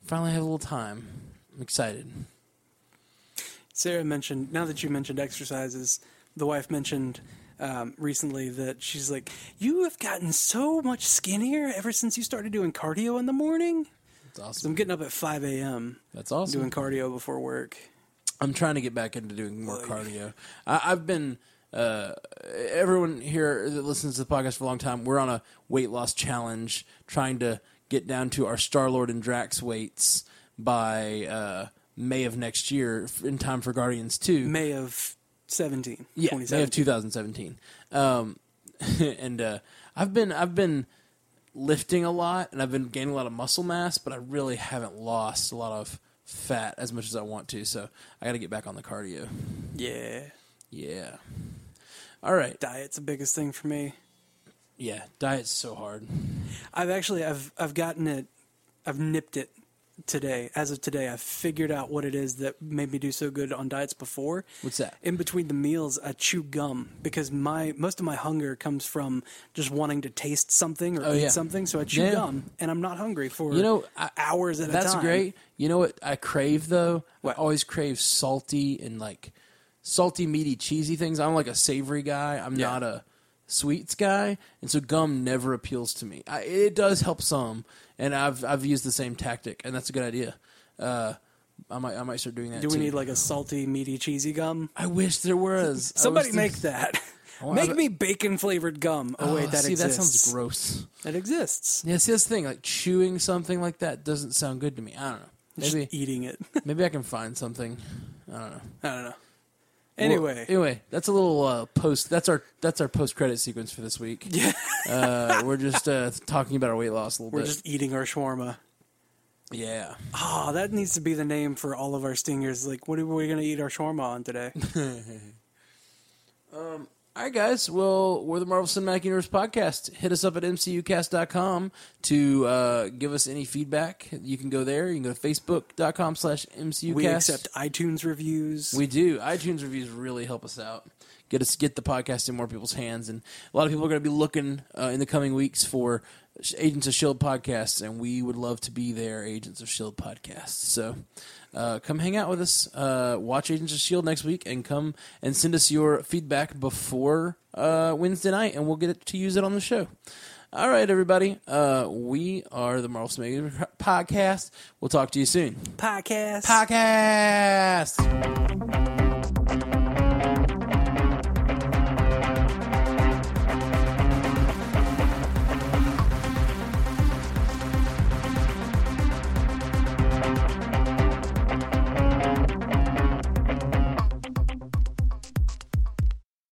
A: Finally have a little time. I'm excited.
B: Sarah mentioned, now that you mentioned exercises, the wife mentioned um, recently that she's like, You have gotten so much skinnier ever since you started doing cardio in the morning.
A: That's
B: So I'm
A: awesome.
B: getting up at 5 a.m.
A: That's awesome.
B: doing cardio before work.
A: I'm trying to get back into doing more cardio. I, I've been uh, everyone here that listens to the podcast for a long time. We're on a weight loss challenge, trying to get down to our Star Lord and Drax weights by uh, May of next year, f- in time for Guardians Two.
B: May of 17.
A: yeah, May
B: 2017.
A: of 2017. Um, and uh, I've been I've been lifting a lot, and I've been gaining a lot of muscle mass, but I really haven't lost a lot of fat as much as I want to. So I got to get back on the cardio.
B: Yeah.
A: Yeah. All right.
B: Diet's the biggest thing for me.
A: Yeah, diet's so hard.
B: I've actually I've I've gotten it I've nipped it today. As of today, I've figured out what it is that made me do so good on diets before.
A: What's that?
B: In between the meals, I chew gum because my most of my hunger comes from just wanting to taste something or
A: Oh,
B: eat
A: yeah.
B: something. So I chew
A: Yeah.
B: gum, and I'm not hungry for
A: You know, I-
B: hours at a
A: That's
B: time.
A: great. You know what I crave though?
B: What?
A: I always crave salty and like salty, meaty, cheesy things. I'm like a savory guy. I'm
B: Yeah.
A: not a sweets guy, and so gum never appeals to me. I, it does help some, and I've I've used the same tactic, and that's a good idea. Uh, I might I might start doing that.
B: Do we
A: too.
B: need like a salty, meaty, cheesy gum?
A: I wish there was I
B: Somebody
A: wish
B: make
A: there-
B: that.
A: want-
B: make
A: I've-
B: me bacon flavored gum. Oh, wait,
A: Oh,
B: that
A: see,
B: exists.
A: that sounds gross.
B: That exists.
A: Yeah, see, that's the thing. Like chewing something like that doesn't sound good to me. I don't know. Maybe
B: Just eating it.
A: maybe I can find something. I don't know.
B: I don't know.
A: Well,
B: Anyway,
A: anyway, that's a little uh, post. That's our that's our post credit sequence for this week. Yeah, uh, we're just uh, talking about our weight loss a little
B: we're
A: bit.
B: just eating our shawarma.
A: yeah,
B: Oh, that needs to be the name for all of our stingers. Like, what are we going to eat our shawarma on today?
A: All right, guys. Well, we're the Marvel Cinematic Universe podcast. Hit us up at mcucast.com to uh, give us any feedback. You can go there. You can go to facebook.com slash mcucast.
B: we accept iTunes reviews.
A: We do. iTunes reviews really help us out. Get us get the podcast in more people's hands, and a lot of people are going to be looking uh, in the coming weeks for Agents of Shield E podcasts, and we would love to be their Agents of Shield E podcast. So, uh, come hang out with us. Uh, watch Agents of Shield next week, and come and send us your feedback before uh, Wednesday night, and we'll get it to use it on the show. All right, everybody. Uh, we are the Marvel Cinematic Universe podcast. We'll talk to you soon.
B: podcast.
A: Podcast.